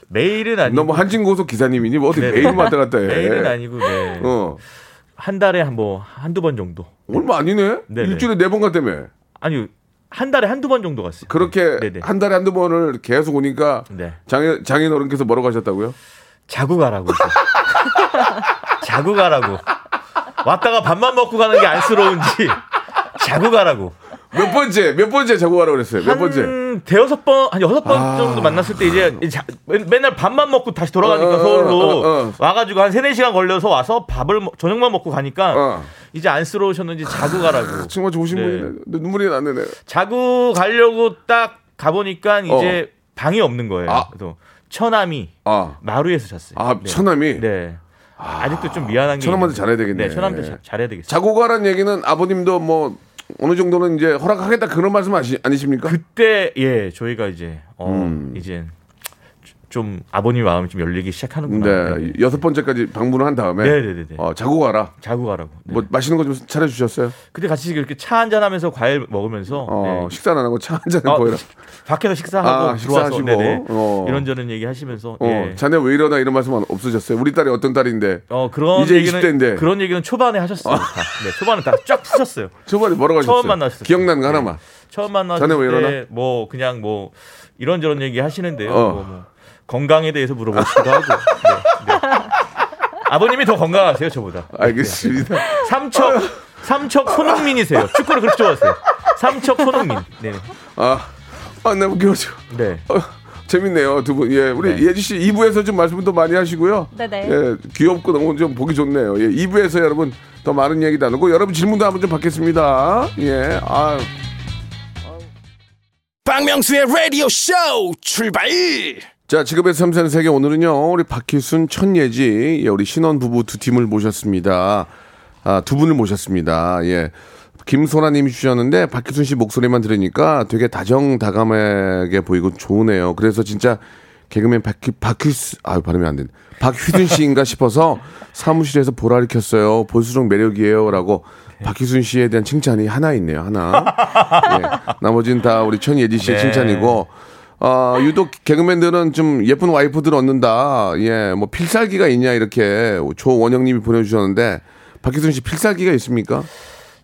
Speaker 5: 매일은 아니고
Speaker 1: 너무 뭐 한진고속 기사님이니 뭐 어디
Speaker 5: 네,
Speaker 1: 매일
Speaker 5: 네.
Speaker 1: 왔다 갔다 해.
Speaker 5: 매일은 아니고 네.
Speaker 1: 어.
Speaker 5: 한 달에 한뭐 한두 번 정도.
Speaker 1: 얼마 아니네?
Speaker 5: 네, 네.
Speaker 1: 일주일에 네 번 갔다며.
Speaker 5: 아니 한 달에 한두 번 정도 갔어요.
Speaker 1: 그렇게
Speaker 5: 네, 네.
Speaker 1: 한 달에 한두 번을 계속 오니까
Speaker 5: 네.
Speaker 1: 장인, 장인 어른께서 뭐라고 하셨다고요?
Speaker 5: 자고 가라고. 이제. 자고 가라고. 왔다가 밥만 먹고 가는 게 안쓰러운지 자고 가라고.
Speaker 1: 몇 번째, 몇 번째 자고 가라고 그랬어요? 몇
Speaker 5: 네. 한
Speaker 1: 번째?
Speaker 5: 대여섯 번, 한 여섯 번
Speaker 1: 아.
Speaker 5: 정도 만났을 때 이제 자- 맨- 맨날 밥만 먹고 다시
Speaker 1: 어,
Speaker 5: 돌아가니까
Speaker 1: 어,
Speaker 5: 서울로
Speaker 1: 어, 어, 어.
Speaker 5: 와가지고 한 세네 시간 걸려서 와서 밥을 먹- 저녁만 먹고 가니까
Speaker 1: 어.
Speaker 5: 이제 안쓰러우셨는지 자고 가라고.
Speaker 1: 정말 좋으신
Speaker 5: 네.
Speaker 1: 분이네. 근데 눈물이 나네. 네.
Speaker 5: 자고 가려고 딱 가보니까 이제 방이 없는 거예요.
Speaker 1: 어. 아.
Speaker 5: 그래서 처남이
Speaker 1: 아,
Speaker 5: 마루에서 잤어요.
Speaker 1: 아
Speaker 5: 네.
Speaker 1: 천남이?
Speaker 5: 네. 아... 직도좀 미안한 게.
Speaker 1: 처남한테
Speaker 5: 있는데.
Speaker 1: 잘해야 되겠네.
Speaker 5: 네, 처남한테 자- 잘해야 되겠어요.
Speaker 1: 자고 가라는 얘기는 아버님도 뭐 어느 정도는 이제 허락하겠다 그런 말씀 아시, 아니십니까?
Speaker 5: 그때 예 저희가 이제 어
Speaker 1: 음.
Speaker 5: 이제 좀 아버님 마음이 좀 열리기 시작하는구나.
Speaker 1: 네, 여섯 번째까지 방문을 한 다음에
Speaker 5: 아, 네, 네, 네, 네.
Speaker 1: 어, 자고 가라.
Speaker 5: 자고 가라고. 네.
Speaker 1: 뭐 맛있는 거 좀 차려주셨어요?
Speaker 5: 그때 같이 이렇게 차 한잔 하면서 과일 먹으면서
Speaker 1: 어,
Speaker 5: 네.
Speaker 1: 식사는 안 하고 차 한잔
Speaker 5: 아,
Speaker 1: 보여라.
Speaker 5: 밖에서 식사하고
Speaker 1: 아,
Speaker 5: 들어와서
Speaker 1: 식사하시고.
Speaker 5: 네네.
Speaker 1: 어.
Speaker 5: 이런저런 얘기 하시면서
Speaker 1: 어,
Speaker 5: 예.
Speaker 1: 자네 왜 이러나 이런 말씀 은 없으셨어요? 우리 딸이 어떤 딸인데
Speaker 5: 어 그런
Speaker 1: 이제
Speaker 5: 얘기는
Speaker 1: 20대인데. 아.
Speaker 5: 그런 얘기는 초반에 하셨어요. 다. 네, 초반에 다 쫙 푸셨어요.
Speaker 1: 초반에 뭐라고 하셨어요?
Speaker 5: 처음 예. 만났을 때.
Speaker 1: 기억나는 거 하나만.
Speaker 5: 처음 만났을
Speaker 1: 자네 왜 이러나?
Speaker 5: 때 뭐 그냥 뭐 이런저런 얘기 하시는데요.
Speaker 1: 어.
Speaker 5: 뭐, 뭐 건강에 대해서 물어보시기도 하고. 네, 네. 아버님이 더 건강하세요 저보다.
Speaker 1: 알겠습니다.
Speaker 5: 삼척 삼척 손흥민이세요. 축구를 그렇게 좋아하세요. 삼척 손흥민. 네.
Speaker 1: 아, 아, 나 웃겨줘.
Speaker 5: 네.
Speaker 1: 어, 재밌네요 두 분. 예, 우리
Speaker 5: 네.
Speaker 1: 예지 씨 2부에서 좀 말씀도 많이 하시고요.
Speaker 6: 네네.
Speaker 1: 예, 귀엽고 너무 좀 보기 좋네요. 예, 2부에서 여러분 더 많은 얘기 나누고 여러분 질문도 한번 좀 받겠습니다. 예, 아
Speaker 3: 박명수의 라디오 쇼 출발
Speaker 1: 자, 직업의 삼선 세계 오늘은요, 우리 박희순 천예지, 예, 우리 신혼 부부 두 팀을 모셨습니다. 아, 두 분을 모셨습니다. 예. 김소라님이 주셨는데 박희순 씨 목소리만 들으니까 되게 다정다감하게 보이고 좋으네요. 그래서 진짜 개그맨 박희 박희수 아 발음이 안 되네. 박휘순 씨인가 싶어서 사무실에서 보라를 켰어요. 볼수록 매력이에요라고 박희순 씨에 대한 칭찬이 하나 있네요. 하나. 예. 나머지는 다 우리 천예지 씨의
Speaker 5: 네.
Speaker 1: 칭찬이고 아, 유독 개그맨들은 좀 예쁜 와이프들 얻는다. 예, 뭐 필살기가 있냐 이렇게 조원영님이 보내주셨는데 박희순 씨 필살기가 있습니까?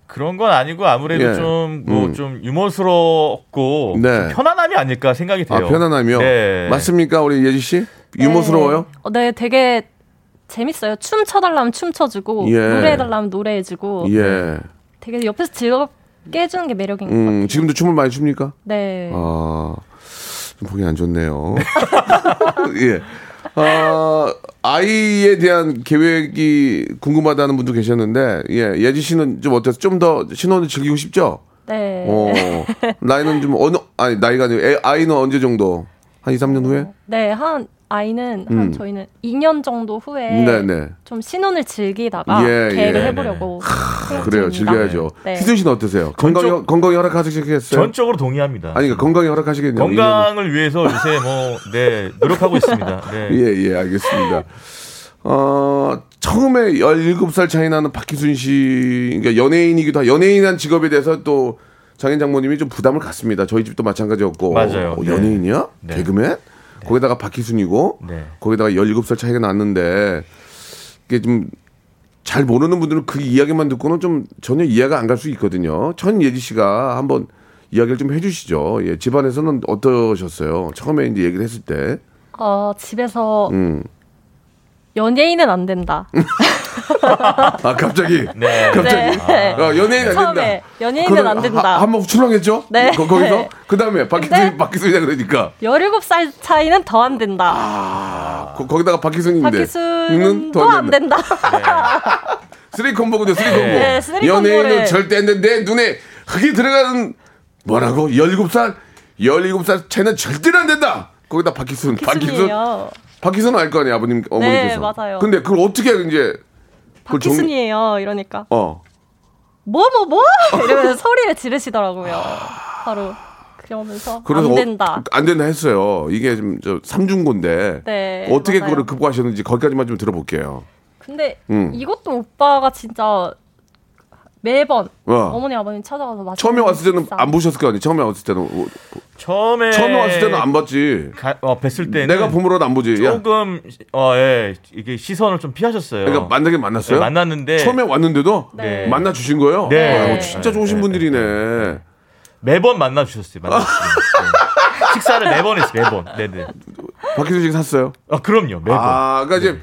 Speaker 5: 그런 건 아니고 아무래도
Speaker 1: 예.
Speaker 5: 좀 뭐
Speaker 1: 음.
Speaker 5: 좀 유머스럽고
Speaker 1: 네.
Speaker 5: 좀 편안함이 아닐까 생각이
Speaker 1: 아
Speaker 5: 돼요.
Speaker 1: 편안함이요.
Speaker 5: 네.
Speaker 1: 맞습니까 우리 예지 씨? 유머스러워요?
Speaker 6: 어, 네, 되게 재밌어요. 춤 춰달라면 춤 춰주고
Speaker 1: 예.
Speaker 6: 노래해달라면 노래해주고
Speaker 1: 예.
Speaker 6: 되게 옆에서 즐겁게 해주는 게 매력인 것 같아요.
Speaker 1: 음 지금도 춤을 많이 춥니까?
Speaker 6: 네.
Speaker 1: 아, 좀 보기 안 좋네요. 예. 아, 아이에 대한 계획이 궁금하다는 분도 계셨는데, 예, 예지 씨는 좀 어때서 좀 더 신혼을 즐기고 싶죠?
Speaker 6: 네.
Speaker 1: 어, 나이는 좀 어느, 아니, 나이가 아니고, 애, 아이는 언제 정도? 한 2, 3년 후에?
Speaker 6: 네, 한 아이는
Speaker 1: 음.
Speaker 6: 한 저희는 2년 정도 후에
Speaker 1: 네네.
Speaker 6: 좀 신혼을 즐기다가
Speaker 1: 예,
Speaker 6: 계획을
Speaker 1: 예.
Speaker 6: 해보려고 생각
Speaker 1: 그래요,
Speaker 6: 중입니다.
Speaker 1: 즐겨야죠.
Speaker 6: 네.
Speaker 1: 희순 씨는 어떠세요? 건강이,
Speaker 5: 전적-
Speaker 1: 건강이 허락하시겠어요?
Speaker 5: 전적으로 동의합니다.
Speaker 1: 아니, 그러니까 건강이 허락하시겠네요.
Speaker 5: 건강을 위해서 요새 뭐 네 노력하고 있습니다. 네.
Speaker 1: 예, 예, 알겠습니다. 어, 처음에 17살 차이 나는 박희순 씨, 그러니까 연예인이기도 하, 연예인한 직업에 대해서 또 장인 장모님이 좀 부담을 갖습니다. 저희 집도 마찬가지였고.
Speaker 5: 맞아요.
Speaker 1: 어,
Speaker 5: 네.
Speaker 1: 연예인이야?
Speaker 5: 네.
Speaker 1: 개그맨? 거기다가 박희순이고,
Speaker 5: 네.
Speaker 1: 거기다가 17살 차이가 났는데, 이게 좀, 잘 모르는 분들은 그 이야기만 듣고는 좀 전혀 이해가 안 갈 수 있거든요. 천예지 씨가 한번 이야기를 좀 해주시죠. 예, 집안에서는 어떠셨어요? 처음에 이제 얘기를 했을 때.
Speaker 6: 어, 집에서
Speaker 1: 음.
Speaker 6: 연예인은 안 된다.
Speaker 1: 아 갑자기
Speaker 5: 네.
Speaker 1: 갑자기
Speaker 6: 네.
Speaker 1: 아, 연예인 안 된다.
Speaker 6: 처음에 연예인은 안 된다.
Speaker 1: 한번 출렁했죠?
Speaker 6: 네.
Speaker 1: 거, 거기서 그 다음에 박희순이
Speaker 6: 근데-
Speaker 1: 박희순이라 그러니까
Speaker 6: 17살 차이는 더 안
Speaker 1: 아,
Speaker 6: 된다.
Speaker 1: 거, 거기다가 박희순인데 음,
Speaker 6: 박희순은 더 안 된다.
Speaker 1: 쓰리 콤보거든 쓰리 콤보.
Speaker 6: 네, 쓰리
Speaker 1: 연예인은
Speaker 6: 콤보를.
Speaker 1: 절대 안 된대 눈에 흙이 들어가는 뭐라고 1 7살 17살 차이는 절대 안 된다. 거기다 박희순 박희순
Speaker 6: 박희순이에요. 네,
Speaker 1: 박희순 알거 아니야 아버님 어머니께서.
Speaker 6: 맞아요.
Speaker 1: 근데 그걸 어떻게 이제 그걸 정-
Speaker 6: 박희순이에요. 이러니까
Speaker 1: 어.
Speaker 6: 뭐 뭐 뭐? 이러면서 소리를 지르시더라고요. 바로 그러면서
Speaker 1: 아. 그래서
Speaker 6: 안
Speaker 1: 어-
Speaker 6: 된다.
Speaker 1: 안 된다 했어요. 이게 지금 저 삼중고인데
Speaker 6: 네,
Speaker 1: 어떻게
Speaker 6: 맞아요.
Speaker 1: 그거를 극복하셨는지 거기까지만 좀 들어볼게요.
Speaker 6: 근데
Speaker 1: 음.
Speaker 6: 이것도 오빠가 진짜 매번
Speaker 1: 어.
Speaker 6: 어머니 아버님 찾아가서 맛있는
Speaker 1: 처음에 왔을 때는
Speaker 6: 식사.
Speaker 1: 안 보셨을 거 아니에요. 처음에 왔을 때는 어,
Speaker 5: 처음에
Speaker 1: 처음에 왔을 때는 안 봤지.
Speaker 5: 가, 어, 뵀을 때는
Speaker 1: 내가 봄으로는 안 보지. 야,
Speaker 5: 조금 어, 예, 이게 시선을 좀 피하셨어요.
Speaker 1: 그러니까 만나긴 만났어요.
Speaker 5: 네, 만났는데
Speaker 1: 처음에 왔는데도
Speaker 6: 네.
Speaker 1: 만나 주신 거예요.
Speaker 5: 네.
Speaker 1: 아유, 진짜 좋으신
Speaker 5: 네,
Speaker 1: 분들이네.
Speaker 5: 매번 만나 주셨어요. 만나 주셨어요. 네. 식사를 매번 했어요. 매번. 네, 네.
Speaker 1: 박희순 씨 샀어요.
Speaker 5: 아, 그럼요. 매번.
Speaker 1: 아, 그러니까 이제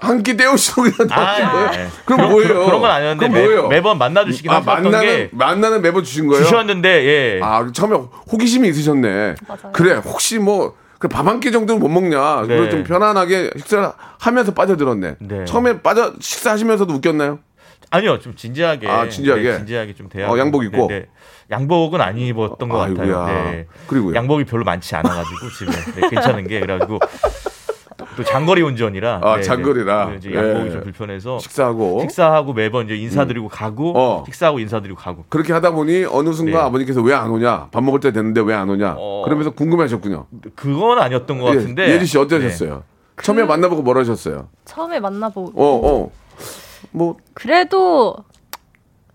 Speaker 1: 한 끼 때우시고 그냥 나오신 거예요.
Speaker 5: 네.
Speaker 1: 그럼 뭐예요?
Speaker 5: 그런, 그런 건 아니었는데
Speaker 1: 그럼 뭐예요?
Speaker 5: 매, 매번 만나 주시긴
Speaker 1: 아,
Speaker 5: 하셨던
Speaker 1: 만나는
Speaker 5: 게
Speaker 1: 만나는 매번 주신 거예요?
Speaker 5: 주셨는데 예.
Speaker 1: 아 처음에 호기심이 있으셨네.
Speaker 6: 맞아요.
Speaker 1: 그래 혹시 뭐밥한 끼 정도는 못 먹냐.
Speaker 5: 네.
Speaker 1: 그걸 좀 편안하게 식사를 하면서 빠져들었네.
Speaker 5: 네.
Speaker 1: 처음에 빠져 식사하시면서도 웃겼나요?
Speaker 5: 아니요, 좀 진지하게.
Speaker 1: 아, 진지하게?
Speaker 5: 네, 진지하게 좀 대하고.
Speaker 1: 어, 양복 입고?
Speaker 5: 네, 네. 양복은 안 입었던 것
Speaker 1: 아이고야.
Speaker 5: 같아요. 네.
Speaker 1: 그리고요?
Speaker 5: 양복이 별로 많지 않아가지고 집에 네, 괜찮은 게 그래가지고 또 장거리 운전이라.
Speaker 1: 아,
Speaker 5: 네, 네.
Speaker 1: 장거리라.
Speaker 5: 네, 이제 양복이
Speaker 1: 예.
Speaker 5: 좀 불편해서
Speaker 1: 식사하고
Speaker 5: 식사하고 매번 이제 인사드리고 가고
Speaker 1: 어.
Speaker 5: 식사하고 인사드리고 가고.
Speaker 1: 그렇게 하다 보니 어느 순간
Speaker 5: 네.
Speaker 1: 아버님께서 왜 안 오냐? 밥 먹을 때 됐는데 왜 안 오냐?
Speaker 5: 어.
Speaker 1: 그러면서 궁금해하셨군요.
Speaker 5: 그건 아니었던 것 같은데. 네.
Speaker 1: 예, 예지 씨 어떠셨어요?
Speaker 6: 그
Speaker 1: 처음에 만나보고 뭐라 하셨어요?
Speaker 6: 처음에 만나보고
Speaker 1: 어 어. 뭐
Speaker 6: 그래도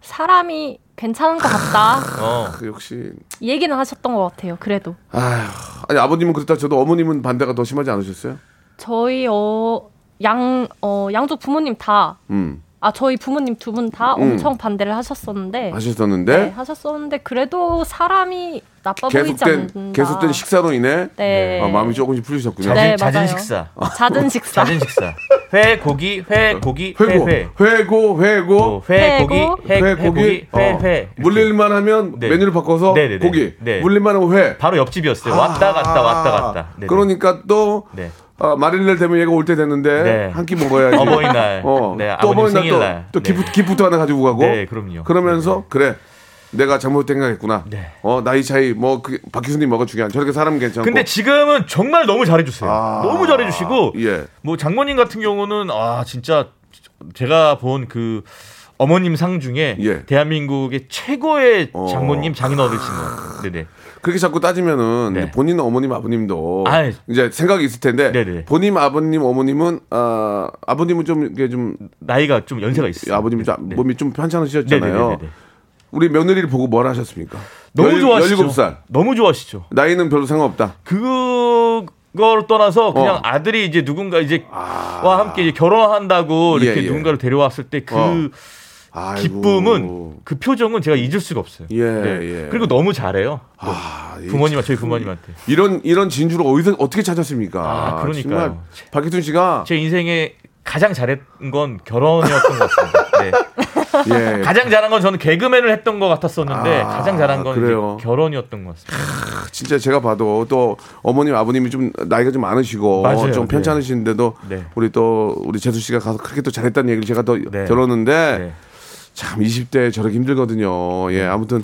Speaker 6: 사람이 괜찮은 것 같다.
Speaker 5: 네. 어.
Speaker 1: 그 역시
Speaker 6: 이 얘기는 하셨던 것 같아요. 그래도
Speaker 1: 아휴, 아니 아버님은 그렇다 저도 어머님은 반대가 더 심하지 않으셨어요?
Speaker 6: 저희 어, 어양 어, 양쪽 부모님 다.
Speaker 1: 음
Speaker 6: 아 저희 부모님 두 분 다
Speaker 1: 음. 아,
Speaker 6: 엄청 반대를 하셨었는데
Speaker 1: 하셨었는데
Speaker 6: 네, 하셨었는데 그래도 사람이 나빠 보이지 않는다.
Speaker 1: 계속된 계속된 식사로 인해
Speaker 6: 음. 네.
Speaker 1: 아, 마음이 조금씩 풀리셨군요.
Speaker 5: 자진,
Speaker 6: 네,
Speaker 5: 자진
Speaker 6: 맞아요.
Speaker 5: 식사.
Speaker 6: 잦은 식사.
Speaker 5: 자진 식사. 회 고기 회 고기
Speaker 1: 어? 회고,
Speaker 5: 회회
Speaker 1: 회고, 회고,
Speaker 5: 네. 어, 회 고기 회
Speaker 1: 회,
Speaker 5: 고기
Speaker 1: 고기, 어.
Speaker 5: 회회
Speaker 1: 물릴만 하면
Speaker 5: 네.
Speaker 1: 메뉴를 바꿔서
Speaker 5: 네, 네, 네.
Speaker 1: 고기,
Speaker 5: 네.
Speaker 1: 물릴만 하면 회. 아.
Speaker 5: 바로 옆집이었어요. 왔다 갔다 왔다 갔다. 네네.
Speaker 1: 그러니까 또
Speaker 5: 네.
Speaker 1: 아, 마릴날 되면 얘가 올 때 됐는데
Speaker 5: 네.
Speaker 1: 한 끼 먹어야지.
Speaker 5: 어버이날.
Speaker 1: 어,
Speaker 5: 네,
Speaker 1: 또
Speaker 5: 아버님
Speaker 1: 어버이날 또,
Speaker 5: 생일날.
Speaker 1: 또
Speaker 5: 네.
Speaker 1: 기프, 기프트 하나 가지고 가고.
Speaker 5: 네, 그럼요.
Speaker 1: 그러면서 그래. 내가 잘못된 거 했구나.
Speaker 5: 네.
Speaker 1: 어, 나이 차이 뭐 그, 박희수님 뭐가 중요한 저렇게 사람 괜찮고.
Speaker 5: 근데 지금은 정말 너무 잘해주세요.
Speaker 1: 아.
Speaker 5: 너무 잘해주시고
Speaker 1: 예.
Speaker 5: 뭐 장모님 같은 경우는 아 진짜 제가 본 그 어머님 상 중에
Speaker 1: 예.
Speaker 5: 대한민국의 최고의
Speaker 1: 어.
Speaker 5: 장모님 장인어른이신 것 같아요. 네네.
Speaker 1: 그렇게 자꾸 따지면은
Speaker 5: 네.
Speaker 1: 이제 본인 어머님 아버님도
Speaker 5: 아이.
Speaker 1: 이제 생각이 있을 텐데
Speaker 5: 네네.
Speaker 1: 본인 아버님 어머님은 아 아버님은 좀 이게 좀
Speaker 5: 나이가 좀 연세가 있어요.
Speaker 1: 아버님이 좀
Speaker 5: 네.
Speaker 1: 몸이 좀 편찮으셨잖아요.
Speaker 5: 네네네네.
Speaker 1: 우리 며느리를 보고 뭘 하셨습니까?
Speaker 5: 너무 좋아하시죠.
Speaker 1: 17살.
Speaker 5: 너무 좋아하시죠.
Speaker 1: 나이는 별로 상관없다.
Speaker 5: 그걸 떠나서 그냥
Speaker 1: 어. 아.
Speaker 5: 아들이 이제 누군가 이제 와 함께 이제 결혼한다고
Speaker 1: 예,
Speaker 5: 이렇게
Speaker 1: 예.
Speaker 5: 누군가를 데려왔을 때 그
Speaker 1: 어. 아이고.
Speaker 5: 기쁨은 그 표정은 제가 잊을 수가 없어요. 네.
Speaker 1: 예, 예.
Speaker 5: 그리고 너무 잘해요.
Speaker 1: 아, 이-
Speaker 5: 부모님 저희 부모님한테
Speaker 1: 이런 이런 진주를 어디서 어떻게 찾았습니까?
Speaker 5: 아, 그러니까요.
Speaker 1: 정말 박희순 씨가
Speaker 5: 제 인생에 가장 잘했던 건 결혼이었던 것 같습니다. 네.
Speaker 1: 예.
Speaker 5: 가장 잘한 건 저는 개그맨을 했던 것 같았었는데
Speaker 1: 아,
Speaker 5: 가장 잘한 건
Speaker 1: 그래요.
Speaker 5: 이제 결혼이었던 것 같습니다.
Speaker 1: 진짜 제가 봐도 또 어머님 아버님이 좀 나이가 좀 많으시고
Speaker 5: 맞아요.
Speaker 1: 좀
Speaker 5: 네.
Speaker 1: 편찮으신데도
Speaker 5: 네.
Speaker 1: 우리 또 우리 재수 씨가 가서 그렇게 또 잘했다는 얘기를 제가 또
Speaker 5: 네.
Speaker 1: 들었는데
Speaker 5: 네.
Speaker 1: 참 20대 저렇게 힘들거든요. 예 아무튼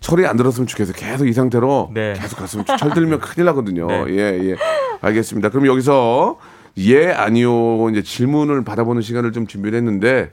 Speaker 1: 철이 안 들었으면 좋겠어요. 계속 이 상태로
Speaker 5: 네.
Speaker 1: 계속 갔으면 좋- 철 들면 큰일 나거든요.
Speaker 5: 네.
Speaker 1: 예 예. 알겠습니다. 그럼 여기서 예 아니요 이제 질문을 받아보는 시간을 좀 준비를 했는데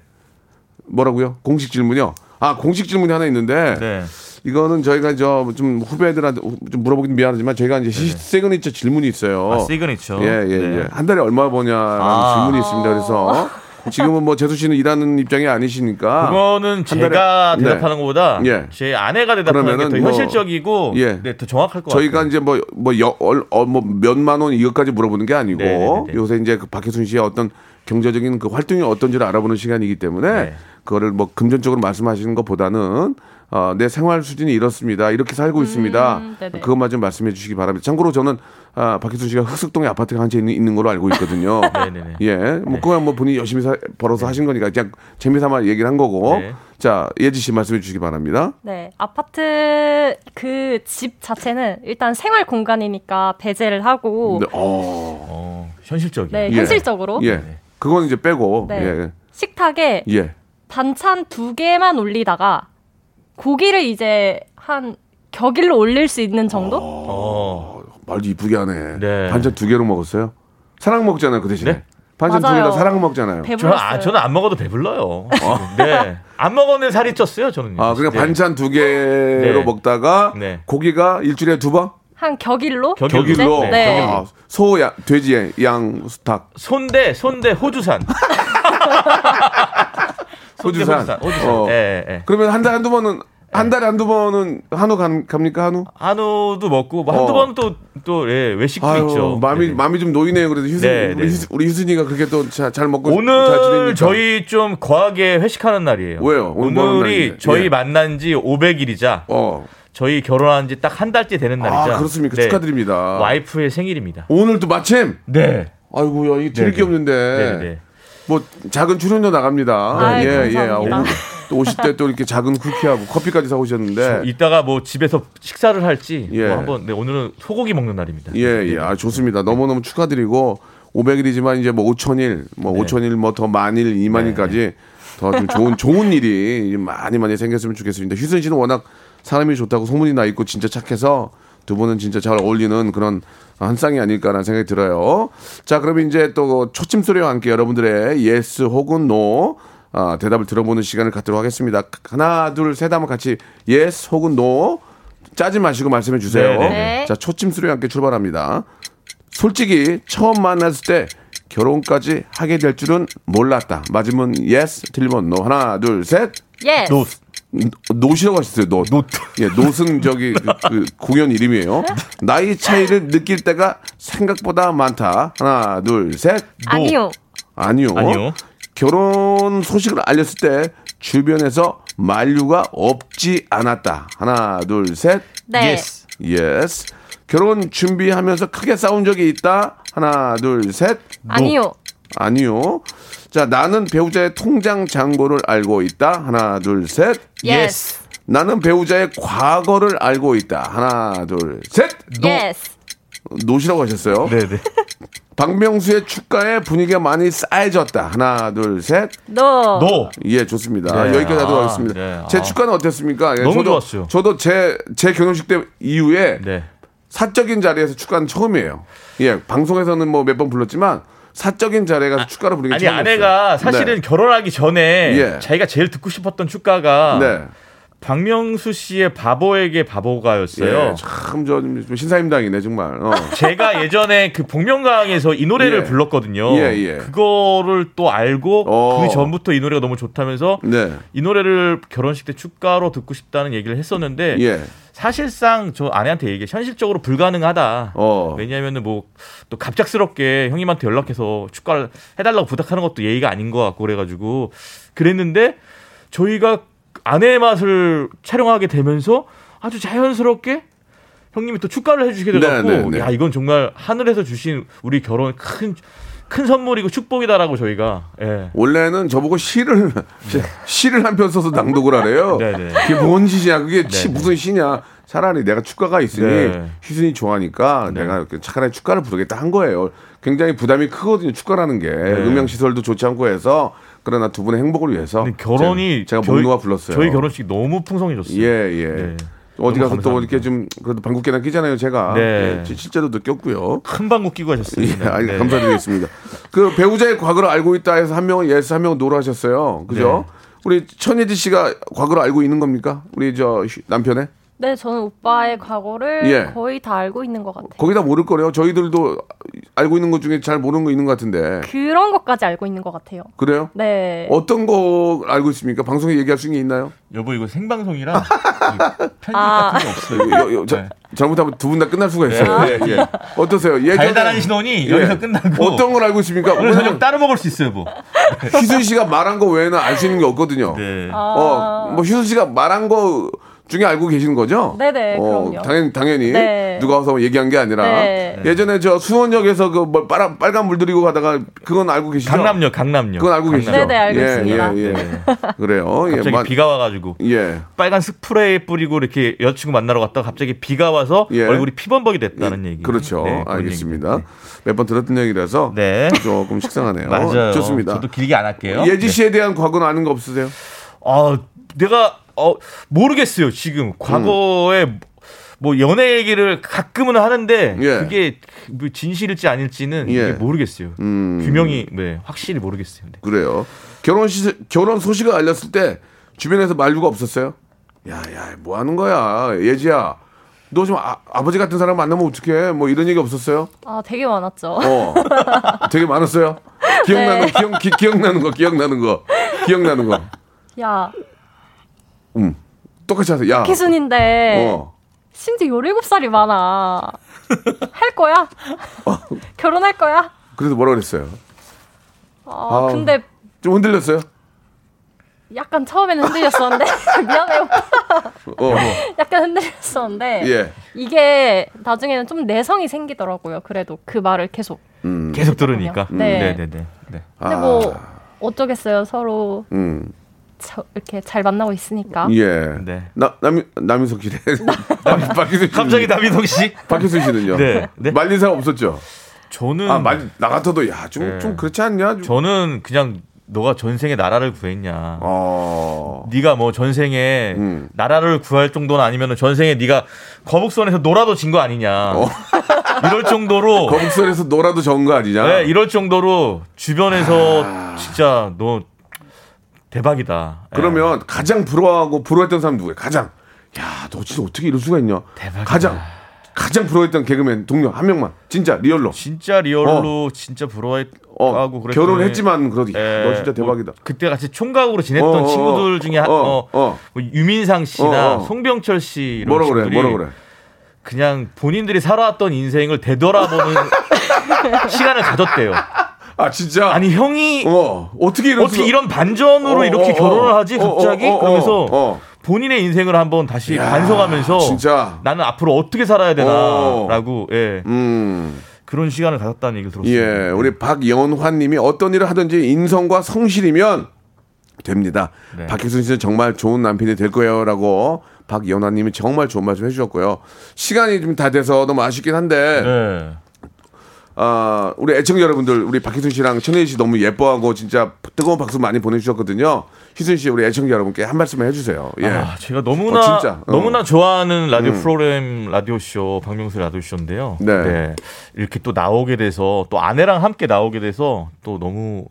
Speaker 1: 뭐라고요? 공식 질문이요. 아 공식 질문이 하나 있는데
Speaker 5: 네.
Speaker 1: 이거는 저희가 저 좀 후배들한테 좀 물어보긴 미안하지만 저희가 이제 시- 시그니처 질문이 있어요.
Speaker 5: 네. 아, 시그니처.
Speaker 1: 예, 예,
Speaker 5: 네.
Speaker 1: 예. 한 달에 얼마 버냐라는
Speaker 5: 아.
Speaker 1: 질문이 있습니다. 그래서 지금은 뭐 재수 씨는 일하는 입장이 아니시니까
Speaker 5: 그거는
Speaker 1: 한 달에-
Speaker 5: 제가
Speaker 1: 네.
Speaker 5: 대답하는 것보다
Speaker 1: 예.
Speaker 5: 제 아내가 대답하는 게 더
Speaker 1: 그러면은 뭐-
Speaker 5: 현실적이고
Speaker 1: 예.
Speaker 5: 네, 더 정확할 것
Speaker 1: 저희가
Speaker 5: 같아요.
Speaker 1: 이제 뭐, 뭐뭐여얼뭐 몇만 원 이것까지 물어보는 게 아니고
Speaker 5: 네, 네, 네, 네.
Speaker 1: 요새 이제 그 박혜순 씨의 어떤 경제적인 그 활동이 어떤지를 알아보는 시간이기 때문에
Speaker 5: 네.
Speaker 1: 그거를 뭐 금전적으로 말씀하시는 것보다는 어, 내 생활 수준이 이렇습니다. 이렇게 살고 있습니다.
Speaker 6: 네, 네.
Speaker 1: 그것만 좀 말씀해 주시기 바랍니다. 참고로 저는 아, 박혜순 씨가 흑석동에 아파트가 한 채 있는, 있는 걸로 알고 있거든요.
Speaker 5: 네, 네, 네.
Speaker 1: 예, 뭐 그건 뭐 본인이 열심히 사- 벌어서 하신 거니까 그냥 재미삼아 얘기를 한 거고.
Speaker 5: 네.
Speaker 1: 자, 예지 씨 말씀해 주시기 바랍니다.
Speaker 6: 네, 아파트 그 집 자체는 일단 생활 공간이니까 배제를 하고
Speaker 1: 네, 어.
Speaker 5: 어, 현실적이에요.
Speaker 6: 네,
Speaker 1: 예.
Speaker 6: 현실적으로
Speaker 1: 예. 그건 이제 빼고.
Speaker 6: 네. 식탁에
Speaker 1: 예. 예.
Speaker 6: 반찬 두 개만 올리다가 고기를 이제 한 격일로 올릴 수 있는 정도?
Speaker 5: 어,
Speaker 1: 말도 이쁘게 하네.
Speaker 5: 네.
Speaker 1: 반찬 두 개로 먹었어요? 사랑 먹잖아요, 그 대신에.
Speaker 5: 네?
Speaker 1: 반찬 두
Speaker 6: 맞아요.
Speaker 1: 개랑 사랑 먹잖아요.
Speaker 5: 저는,
Speaker 6: 배불렀어요.
Speaker 5: 아, 저는 안 먹어도 배불러요. 네. 안 먹었는데 살이 쪘어요, 저는.
Speaker 1: 아, 그러니까
Speaker 5: 네.
Speaker 1: 반찬 두 개로
Speaker 5: 네.
Speaker 1: 먹다가
Speaker 5: 네.
Speaker 1: 고기가 일주일에 두 번?
Speaker 6: 한 격일로?
Speaker 5: 격일로.
Speaker 1: 격일로.
Speaker 6: 네. 네.
Speaker 1: 아, 소, 야, 돼지, 양, 수탉.
Speaker 5: 손대, 손대, 호주산. 손대,
Speaker 1: 호주산.
Speaker 5: 호주산.
Speaker 1: 어.
Speaker 5: 예, 예.
Speaker 1: 그러면 한 달에 한두 번은, 한 달에 한두 번은 한우 간, 갑니까, 한우?
Speaker 5: 한우도 먹고 뭐 한두
Speaker 1: 어.
Speaker 5: 번 또 또 예, 외식도 있죠. 예,
Speaker 1: 마음이,
Speaker 5: 네네.
Speaker 1: 마음이 좀 노이네요. 그래도 휴순,
Speaker 5: 네,
Speaker 1: 우리,
Speaker 5: 네.
Speaker 1: 휴순, 우리 휴순이가 그렇게 또 잘 먹고 잘 지내니까.
Speaker 5: 오늘 저희 좀 과하게 회식하는 날이에요.
Speaker 1: 왜요? 오늘 뭐 하는 날인데?
Speaker 5: 오늘이 저희
Speaker 1: 예.
Speaker 5: 만난 지 500일이자
Speaker 1: 어.
Speaker 5: 저희 결혼한 지 딱 한 달째 되는 날이자.
Speaker 1: 아, 그렇습니까?
Speaker 5: 네.
Speaker 1: 축하드립니다.
Speaker 5: 와이프의 생일입니다.
Speaker 1: 오늘 또 마침!
Speaker 5: 네.
Speaker 1: 아이고야, 이
Speaker 5: 네,
Speaker 1: 드릴
Speaker 5: 네.
Speaker 1: 게 없는데.
Speaker 5: 네, 네.
Speaker 1: 뭐 작은 출연료 나갑니다.
Speaker 6: 아이,
Speaker 1: 아,
Speaker 6: 감사합니다.
Speaker 1: 오늘 또 오실 때 또 이렇게 작은 쿠키하고 커피까지 사 오셨는데
Speaker 5: 이따가 뭐 집에서 식사를 할지
Speaker 1: 네. 예.
Speaker 5: 뭐 한번 네, 오늘은 소고기 먹는 날입니다. 네.
Speaker 1: 예, 예. 아, 좋습니다. 너무너무 축하드리고 500일이지만 이제 뭐 5천일, 뭐
Speaker 5: 네.
Speaker 1: 5천일 뭐 더 만일, 2만일까지 더 좀 좋은 좋은 일이 많이 많이 생겼으면 좋겠습니다. 휴선 씨는 워낙 사람이 좋다고 소문이 나 있고 진짜 착해서 두 분은 진짜 잘 어울리는 그런 한 쌍이 아닐까라는 생각이 들어요. 자, 그러면 이제 또 초침 소리와 함께 여러분들의 예스 혹은 노 아, 대답을 들어보는 시간을 갖도록 하겠습니다. 하나, 둘, 셋 하면 같이 예스 혹은 노 짜지 마시고 말씀해 주세요.
Speaker 5: 네, 네,
Speaker 6: 네.
Speaker 1: 자, 초침 소리와 함께 출발합니다. 솔직히 처음 만났을 때 결혼까지 하게 될 줄은 몰랐다. 맞으면 yes, 틀리면 no. 하나, 둘, 셋.
Speaker 6: 예.
Speaker 5: 노
Speaker 1: 노시라고 하셨어요. 노. 노. 예, 노승 저기 그, 그 공연 이름이에요. 나이 차이를 느낄 때가 생각보다 많다. 하나, 둘, 셋.
Speaker 6: 아니요.
Speaker 1: 아니요.
Speaker 5: 아니요.
Speaker 1: 결혼 소식을 알렸을 때 주변에서 만류가 없지 않았다. 하나, 둘, 셋.
Speaker 6: 네.
Speaker 5: 예스.
Speaker 1: yes. 결혼 준비하면서 크게 싸운 적이 있다. 하나, 둘, 셋.
Speaker 6: 아니요.
Speaker 1: 아니요. 자, 나는 배우자의 통장 잔고를 알고 있다. 하나, 둘, 셋.
Speaker 6: Yes.
Speaker 1: 나는 배우자의 과거를 알고 있다. 하나, 둘, 셋.
Speaker 6: Yes.
Speaker 1: 노시라고 하셨어요.
Speaker 5: 네네.
Speaker 1: 박명수의 축가에 분위기가 많이 싸해졌다. 하나, 둘, 셋.
Speaker 6: No.
Speaker 5: 노.
Speaker 1: 예, 좋습니다.
Speaker 5: 네.
Speaker 1: 여기까지 하도록
Speaker 5: 아,
Speaker 1: 하겠습니다.
Speaker 5: 네.
Speaker 1: 제
Speaker 5: 아.
Speaker 1: 축가는 어땠습니까? 예,
Speaker 5: 너무
Speaker 1: 저도,
Speaker 5: 좋았어요.
Speaker 1: 저도 제, 제 결혼식 때 이후에
Speaker 5: 네.
Speaker 1: 사적인 자리에서 축가는 처음이에요. 예, 방송에서는 뭐 몇 번 불렀지만 사적인 자리에 가서 축가를 부르는 게
Speaker 5: 아니
Speaker 1: 예, 처음이었어요. 네.
Speaker 5: 아내가 사실은 결혼하기 전에
Speaker 1: 예.
Speaker 5: 자기가 제일 듣고 싶었던 축가가
Speaker 1: 네. 네.
Speaker 5: 박명수 씨의 바보에게 바보가였어요.
Speaker 1: 예, 참저 신사임당이네 정말. 어.
Speaker 5: 제가 예전에 그 복면가왕에서 이 노래를
Speaker 1: 예.
Speaker 5: 불렀거든요.
Speaker 1: 예, 예.
Speaker 5: 그거를 또 알고
Speaker 1: 어.
Speaker 5: 그 전부터 이 노래가 너무 좋다면서
Speaker 1: 네.
Speaker 5: 이 노래를 결혼식 때 축가로 듣고 싶다는 얘기를 했었는데
Speaker 1: 예.
Speaker 5: 사실상 저 아내한테 얘기해 현실적으로 불가능하다.
Speaker 1: 어.
Speaker 5: 왜냐하면은 뭐 또 갑작스럽게 형님한테 연락해서 축가를 해달라고 부탁하는 것도 예의가 아닌 것 같고 그래가지고 그랬는데 저희가 아내의 맛을 촬영하게 되면서 아주 자연스럽게 형님이 또 축가를 해주시게
Speaker 1: 네,
Speaker 5: 돼갖고
Speaker 1: 네, 네.
Speaker 5: 야 이건 정말 하늘에서 주신 우리 결혼 큰 큰 선물이고 축복이다라고 저희가 예.
Speaker 1: 원래는 저보고 시를 시를 한 편 써서 낭독을 하래요.
Speaker 5: 네, 네.
Speaker 1: 그게 뭔 시냐? 그게 시,
Speaker 5: 네.
Speaker 1: 무슨 시냐? 차라리 내가 축가가 있으니
Speaker 5: 네.
Speaker 1: 휘순이 좋아하니까 내가 이렇게 차라리 축가를 부르겠다 한 거예요. 굉장히 부담이 크거든요. 축가라는 게
Speaker 5: 네.
Speaker 1: 음향 시설도 좋지 않고 해서 그러나 두 분의 행복을 위해서
Speaker 5: 근데 결혼이
Speaker 1: 제가, 제가
Speaker 5: 저희-
Speaker 1: 목놓아 불렀어요.
Speaker 5: 저희 결혼식 너무 풍성해졌어요.
Speaker 1: 예, 예.
Speaker 5: 네.
Speaker 1: 어디
Speaker 5: 너무
Speaker 1: 가서 또
Speaker 5: 감사합니다.
Speaker 1: 이렇게 좀 그래도 방귀깨나 끼잖아요, 제가.
Speaker 5: 네.
Speaker 1: 예, 지- 실제로 느꼈고요.
Speaker 5: 큰 방구 끼고 하셨어요.
Speaker 1: 예, 아니,
Speaker 5: 네.
Speaker 1: 감사드리겠습니다. 그 배우자의 과거를 알고 있다 해서 한 명은 예스, 한 명은 노로 하셨어요.
Speaker 5: 네.
Speaker 1: 그죠? 우리 천예지 씨가 과거를 알고 있는 겁니까? 우리 저 휴- 남편의?
Speaker 6: 네, 저는 오빠의 과거를
Speaker 1: 예.
Speaker 6: 거의 다 알고 있는 것 같아요.
Speaker 1: 거기다 모를 거래요. 저희들도 알고 있는 것 중에 잘 모르는 거 있는 것 같은데.
Speaker 6: 그런 것까지 알고 있는 것 같아요.
Speaker 1: 그래요?
Speaker 6: 네.
Speaker 1: 어떤 거 알고 있습니까? 방송에 얘기할 수 있는 게 있나요?
Speaker 5: 여보 이거 생방송이라 편집
Speaker 6: 아.
Speaker 5: 같은 게 없어요.
Speaker 1: 여- 여- 자-
Speaker 5: 네.
Speaker 1: 잘못하면 두 분 다 끝날 수가 있어요.
Speaker 5: 예, 예, 예.
Speaker 1: 어떠세요? 예전에-
Speaker 5: 달달한 신혼이
Speaker 1: 예.
Speaker 5: 여기서 끝나고
Speaker 1: 어떤 걸 알고 있습니까?
Speaker 5: 오늘 저녁
Speaker 1: 왜냐면
Speaker 5: 따로 먹을 수 있어요, 뭐.
Speaker 1: 희순 씨가 말한 거 외에는 알 수 있는 게 없거든요.
Speaker 5: 네.
Speaker 1: 어, 뭐 희순 씨가 말한 거 중에 알고 계시는 거죠? 어,
Speaker 6: 네네, 그럼요.
Speaker 1: 당연히, 당연히.
Speaker 6: 네.
Speaker 1: 누가 와서 뭐 얘기한 게 아니라.
Speaker 6: 네.
Speaker 1: 예전에 저 수원역에서 그 뭐 빨간, 빨간 물 들이고 가다가 그건 알고 계시죠?
Speaker 5: 예. 강남역, 강남역.
Speaker 1: 그건 알고 계시죠?
Speaker 6: 네네, 알고
Speaker 1: 예,
Speaker 6: 있습니다.
Speaker 1: 예, 예.
Speaker 5: 네.
Speaker 1: 그래요. 예,
Speaker 5: 갑자기
Speaker 1: 마-
Speaker 5: 비가 네, 와가지고
Speaker 1: 예.
Speaker 5: 빨간 스프레이 뿌리고 이렇게 여자친구 만나러 갔다가 갑자기 비가 와서
Speaker 1: 예.
Speaker 5: 얼굴이 피범벅이 됐다는 얘기.
Speaker 1: 그렇죠.
Speaker 5: 네, 그런
Speaker 1: 알겠습니다.
Speaker 5: 얘기입니다.
Speaker 1: 몇 번 들었던 얘기라서
Speaker 5: 네.
Speaker 1: 조금 식상하네요.
Speaker 5: 맞아요.
Speaker 1: 좋습니다.
Speaker 5: 저도 길게 안 할게요. 네.
Speaker 1: 예지 씨에 대한 과거는 아는 거 없으세요?
Speaker 5: 아, 내가 어 모르겠어요. 지금 과거에 뭐 연애 얘기를 가끔은 하는데
Speaker 1: 음. 예.
Speaker 5: 그게 뭐 진실일지 아닐지는
Speaker 1: 예. 음.
Speaker 5: 이게 모르겠어요. 규명이 네, 확실히 모르겠어요. 네.
Speaker 1: 그래요. 결혼 시 결혼 소식을 알렸을 때 주변에서 말류가 없었어요. 야야 뭐 하는 거야 예지야. 너 지금 아, 아버지 같은 사람 만나면 어떡해? 뭐 이런 얘기 없었어요?
Speaker 6: 아, 되게 많았죠.
Speaker 1: 어. 되게 많았어요. 기억나는 거, 기억, 기, 기억나는 거, 기억나는 거, 기억나는 거.
Speaker 6: 야,
Speaker 1: 똑같이 하세요. 야.
Speaker 6: 키순인데
Speaker 1: 어.
Speaker 6: 심지어 17살이 많아. 할 거야?
Speaker 1: 어.
Speaker 6: 결혼할 거야?
Speaker 1: 그래서 뭐라 그랬어요?
Speaker 6: 어,
Speaker 1: 아우.
Speaker 6: 근데
Speaker 1: 좀 흔들렸어요?
Speaker 6: 약간 처음에는 흔들렸었는데 미안해 오빠.
Speaker 1: 어.
Speaker 6: 약간 흔들렸었는데
Speaker 1: 예.
Speaker 6: 이게 나중에는 좀 내성이 생기더라고요. 그래도 그 말을 계속.
Speaker 1: 음,
Speaker 5: 계속 들으니까.
Speaker 6: 네.
Speaker 5: 네, 네, 네.
Speaker 6: 근데 뭐
Speaker 1: 아.
Speaker 6: 어쩌겠어요. 서로
Speaker 1: 음.
Speaker 6: 저- 이렇게 잘 만나고 있으니까.
Speaker 1: 예.
Speaker 5: 네.
Speaker 1: 나, 남, 남인석 씨래. 박희순 씨.
Speaker 5: 갑자기 남희석 씨?
Speaker 1: 박희순 씨는요?
Speaker 5: 네, 네.
Speaker 1: 말린 사람 없었죠?
Speaker 5: 저는
Speaker 1: 아, 말, 나 같아도, 야, 좀,
Speaker 5: 네.
Speaker 1: 좀 그렇지 않냐? 좀.
Speaker 5: 음. 저는 그냥 너가 전생에 나라를 구했냐.
Speaker 1: 어.
Speaker 5: 네가 뭐 전생에
Speaker 1: 아. 음.
Speaker 5: 나라를 구할 정도는 아니면 전생에 네가 거북선에서 놀아도 진 거 아니냐.
Speaker 1: 어.
Speaker 5: 이럴 정도로
Speaker 1: 거북선에서 그 놀아도 적은 거 아니냐?
Speaker 5: 네, 이럴 정도로 주변에서 진짜 너 대박이다. 예.
Speaker 1: 아. 그러면 가장 부러워하고 부러워했던 사람 누구예요? 가장. 야, 너 진짜 어떻게 이럴 수가 있냐?
Speaker 5: 대박이다.
Speaker 1: 가장. 가장 부러워했던 개그맨 동료 한 명만. 진짜 리얼로.
Speaker 5: 진짜 리얼로 진짜 부러워하고
Speaker 1: 어,
Speaker 5: 그랬더니
Speaker 1: 결혼했지만 그래도 야,
Speaker 5: 예,
Speaker 1: 너 진짜 대박이다.
Speaker 5: 뭐 그때 같이 총각으로 지냈던
Speaker 1: 어, 어,
Speaker 5: 친구들
Speaker 1: 어,
Speaker 5: 중에 한-
Speaker 1: 어,
Speaker 5: 어,
Speaker 1: 어.
Speaker 5: 뭐 유민상 씨나
Speaker 1: 어, 어.
Speaker 5: 송병철 씨 이런
Speaker 1: 뭐라 그래?
Speaker 5: 친구들이
Speaker 1: 뭐라 그래?
Speaker 5: 그냥 본인들이 살아왔던 인생을 되돌아보는 시간을 가졌대요.
Speaker 1: 아, 진짜.
Speaker 5: 아니 형이
Speaker 1: 어, 어떻게 이럴
Speaker 5: 어떻게
Speaker 1: 수가-
Speaker 5: 이런 반전으로
Speaker 1: 어,
Speaker 5: 이렇게
Speaker 1: 어, 어.
Speaker 5: 결혼을 하지
Speaker 1: 어, 어,
Speaker 5: 갑자기
Speaker 1: 어, 어, 어.
Speaker 5: 그러면서
Speaker 1: 어.
Speaker 5: 본인의 인생을 한번 다시
Speaker 1: 야,
Speaker 5: 반성하면서
Speaker 1: 진짜.
Speaker 5: 나는 앞으로 어떻게 살아야
Speaker 1: 어.
Speaker 5: 되나라고 예.
Speaker 1: 음.
Speaker 5: 그런 시간을 가졌다는 얘기를 들었습니다. 네.
Speaker 1: 예, 우리 박연환님이 어떤 일을 하든지 인성과 성실이면 됩니다.
Speaker 5: 네.
Speaker 1: 박혜순 씨는 정말 좋은 남편이 될 거예요라고 박연환님이 정말 좋은 말씀 해주셨고요. 시간이 좀 다 돼서 너무 아쉽긴 한데 어.
Speaker 5: 네.
Speaker 1: 아, 우리 애청자 여러분들, 우리 박희순 씨랑 천혜희 씨 너무 예뻐하고 진짜 뜨거운 박수 많이 보내주셨거든요. 희순 씨, 우리 애청자 여러분께 한 말씀 해주세요. 예.
Speaker 5: 아, 제가 너무나
Speaker 1: 어, 진짜. 어. 음.
Speaker 5: 너무나 좋아하는 라디오 프로그램 라디오 쇼 박명수 라디오 쇼인데요.
Speaker 1: 네.
Speaker 5: 이렇게 또 나오게 돼서 또 아내랑 함께 나오게 돼서 또 너무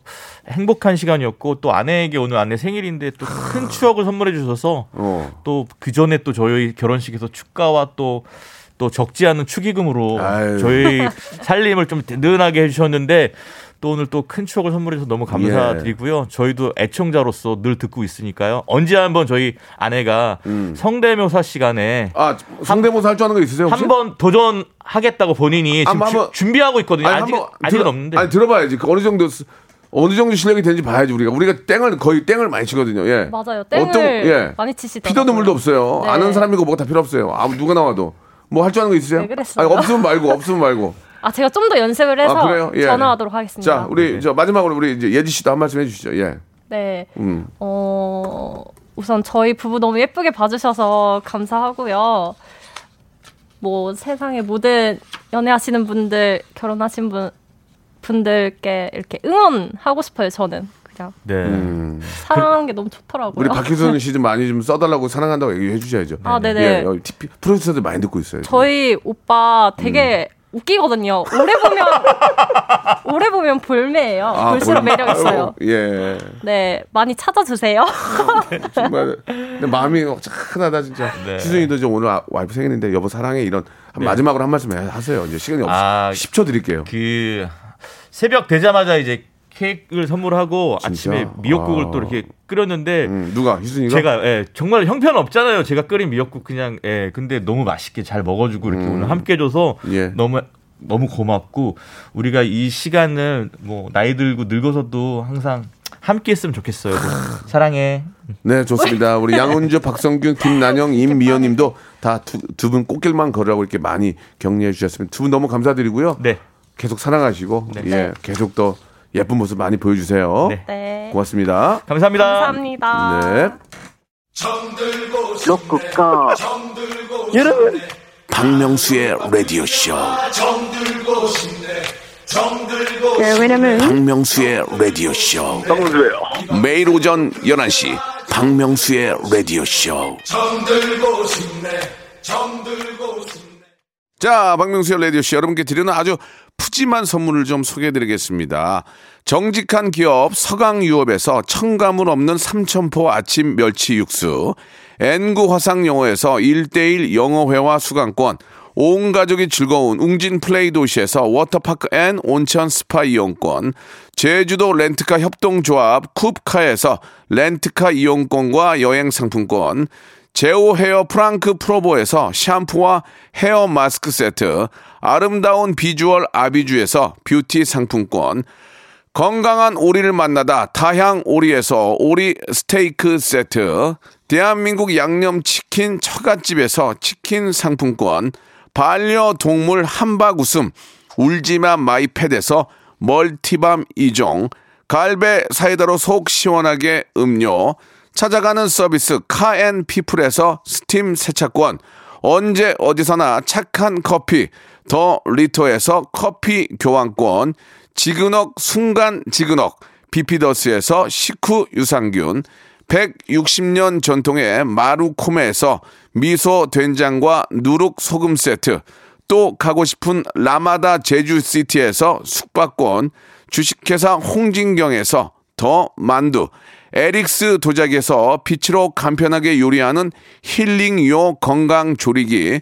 Speaker 5: 행복한 시간이었고 또 아내에게 오늘 아내 생일인데 또 큰 추억을 선물해 주셔서
Speaker 1: 어.
Speaker 5: 또 그 전에 또 저희 결혼식에서 축가와 또 또 적지 않은 축의금으로
Speaker 1: 아유.
Speaker 5: 저희 살림을 좀 든든하게 해주셨는데 또 오늘 또 큰 추억을 선물해서 너무 감사드리고요.
Speaker 1: 예.
Speaker 5: 저희도 애청자로서 늘 듣고 있으니까요. 언제 한번 저희 아내가 성대묘사 시간에
Speaker 1: 음. 아, 상대모사 할 줄 아는 거 있으세요? 혹시?
Speaker 5: 한번 도전하겠다고 본인이 지금
Speaker 1: 한번,
Speaker 5: 주-
Speaker 1: 한번.
Speaker 5: 준비하고 있거든요.
Speaker 1: 아니,
Speaker 5: 아직
Speaker 1: 한번
Speaker 5: 아직은
Speaker 1: 들어-
Speaker 5: 없는데.
Speaker 1: 아니, 들어봐야지. 그 어느 정도, 스- 어느 정도 실력이 되는지 봐야지, 우리가. 우리가 땡을, 거의 땡을 많이 치거든요. 예.
Speaker 6: 맞아요. 땡을
Speaker 1: 어떤- 예.
Speaker 6: 많이 치시더라고요.
Speaker 1: 피도 눈물도 없어요.
Speaker 6: 네.
Speaker 1: 아는 사람이고 뭐가 다 필요 없어요. 아무 누가 나와도. 뭐 할 줄 아는 거 있으세요?
Speaker 6: 왜 네, 그랬어요?
Speaker 1: 아니, 없으면 말고, 없으면 말고.
Speaker 6: 아 제가 좀 더 연습을 해서
Speaker 1: 아, 그래요? 예.
Speaker 6: 전화하도록 하겠습니다.
Speaker 1: 자, 우리
Speaker 5: 네.
Speaker 1: 저 마지막으로 우리 이제 예지 씨도 한 말씀 해주시죠. 예.
Speaker 6: 네.
Speaker 1: 음.
Speaker 6: 어, 우선 저희 부부 너무 예쁘게 봐주셔서 감사하고요. 뭐 세상의 모든 연애하시는 분들, 결혼하신 분 분들께 이렇게 응원하고 싶어요. 저는 그냥
Speaker 5: 네.
Speaker 1: 음.
Speaker 6: 사랑하는 게 너무 좋더라고요.
Speaker 1: 우리 박희순 씨 좀 많이 좀 써달라고 사랑한다고 얘기해 주셔야죠.
Speaker 6: 아, 네네.
Speaker 1: 예, 어, TP 프로듀서들 많이 듣고 있어요.
Speaker 6: 저희 오빠 되게
Speaker 1: 음.
Speaker 6: 웃기거든요. 오래 보면 오래 보면 볼매예요.
Speaker 1: 아,
Speaker 6: 볼수록
Speaker 1: 몰라.
Speaker 6: 매력 있어요.
Speaker 1: 아이고, 예.
Speaker 6: 네, 많이 찾아주세요.
Speaker 1: 정말 근데 마음이 착하다 진짜.
Speaker 5: 네.
Speaker 1: 희순이도 좀 오늘 아- 와이프 생일인데 여보 사랑해 이런 한 마지막으로 한 말씀 해- 하세요. 이제 시간이 없어.
Speaker 5: 아,
Speaker 1: 10초 드릴게요.
Speaker 5: 그 새벽 되자마자 이제 케이크를 선물하고 아침에 미역국을
Speaker 1: 아.
Speaker 5: 또 이렇게 끓였는데
Speaker 1: 음, 누가 희순이가?
Speaker 5: 제가 예, 정말 형편 없잖아요. 제가 끓인 미역국 그냥 예, 근데 너무 맛있게 잘 먹어주고 이렇게 오늘 함께해줘서
Speaker 1: 음. 예.
Speaker 5: 너무 너무 고맙고 우리가 이 시간을 뭐 나이 들고 늙어서도 항상 함께했으면 좋겠어요. 사랑해.
Speaker 1: 네 좋습니다. 우리 양은주, 박성균, 김난영, 임미연님도 다 두 분 꽃길만 걸으라고 이렇게 많이 격려해 주셨습니다. 두 분 너무 감사드리고요.
Speaker 5: 네.
Speaker 1: 계속 사랑하시고
Speaker 5: 네.
Speaker 1: 예 계속 더 예쁜 모습 많이 보여주세요.
Speaker 5: 네.
Speaker 6: 네.
Speaker 1: 고맙습니다.
Speaker 6: 감사합니다.
Speaker 1: 네.
Speaker 7: 로쿠꺼 여러분
Speaker 1: 박명수의 라디오 쇼.
Speaker 8: 네, 왜냐면
Speaker 1: 박명수의 라디오 쇼.
Speaker 7: 박명수예요
Speaker 1: 매일 오전 11시 박명수의 라디오 쇼. 자, 박명수의 라디오 씨 여러분께 드리는 아주 푸짐한 선물을 좀 소개해 드리겠습니다. 정직한 기업 서강유업에서 청가물 없는 삼천포 아침 멸치 육수, N구 화상영어에서 1대1 영어회화 수강권, 온 가족이 즐거운 웅진 플레이 도시에서 워터파크 앤 온천 스파 이용권, 제주도 렌트카 협동조합 쿱카에서 렌트카 이용권과 여행 상품권, 제오 헤어 프랑크 프로보에서 샴푸와 헤어 마스크 세트, 아름다운 비주얼 아비주에서 뷰티 상품권, 건강한 오리를 만나다 다향 오리에서 오리 스테이크 세트, 대한민국 양념치킨 처갓집에서 치킨 상품권, 반려동물 함박 웃음, 울지마 마이패드에서 멀티밤 이종 갈배 사이다로 속 시원하게 음료, 찾아가는 서비스 카앤피플에서 스팀 세차권, 언제 어디서나 착한 커피 더 리터에서 커피 교환권 지그넉 순간 지그넉 비피더스에서 식후 유산균 160년 전통의 마루코메에서 미소 된장과 누룩 소금 세트 또 가고 싶은 라마다 제주시티에서 숙박권 주식회사 홍진경에서 더 만두 에릭스 도자기에서 빛으로 간편하게 요리하는 힐링요 건강조리기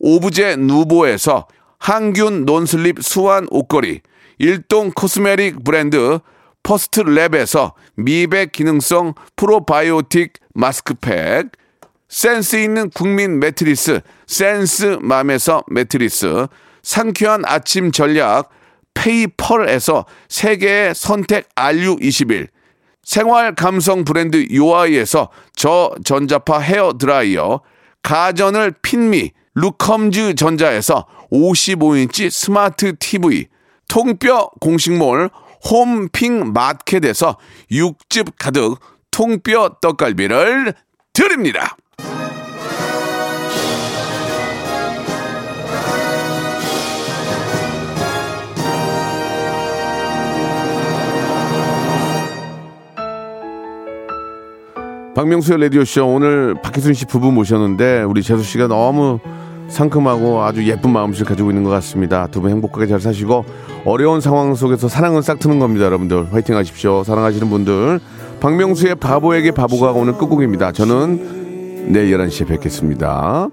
Speaker 1: 오브제 누보에서 항균 논슬립 수완 옷걸이, 일동 코스메릭 브랜드 퍼스트 랩에서 미백 기능성 프로바이오틱 마스크팩, 센스 있는 국민 매트리스 센스맘에서 매트리스 상쾌한 아침 전략 페이펄에서 세계의 선택 RU21 생활 감성 브랜드 요아이에서 저전자파 헤어 드라이어 가전을 핀미 루컴즈 전자에서 55인치 스마트 TV 통뼈 공식몰 홈핑 마켓에서 육즙 가득 통뼈 떡갈비를 드립니다. 박명수의 라디오쇼 오늘 박희순 씨 부부 모셨는데 우리 재수 씨가 너무 상큼하고 아주 예쁜 마음씨를 가지고 있는 것 같습니다. 두 분 행복하게 잘 사시고 어려운 상황 속에서 사랑은 싹트는 겁니다, 여러분들. 화이팅 하십시오. 사랑하시는 분들. 박명수의 바보에게 바보가 오늘 끝곡입니다. 저는 내일 11시에 뵙겠습니다.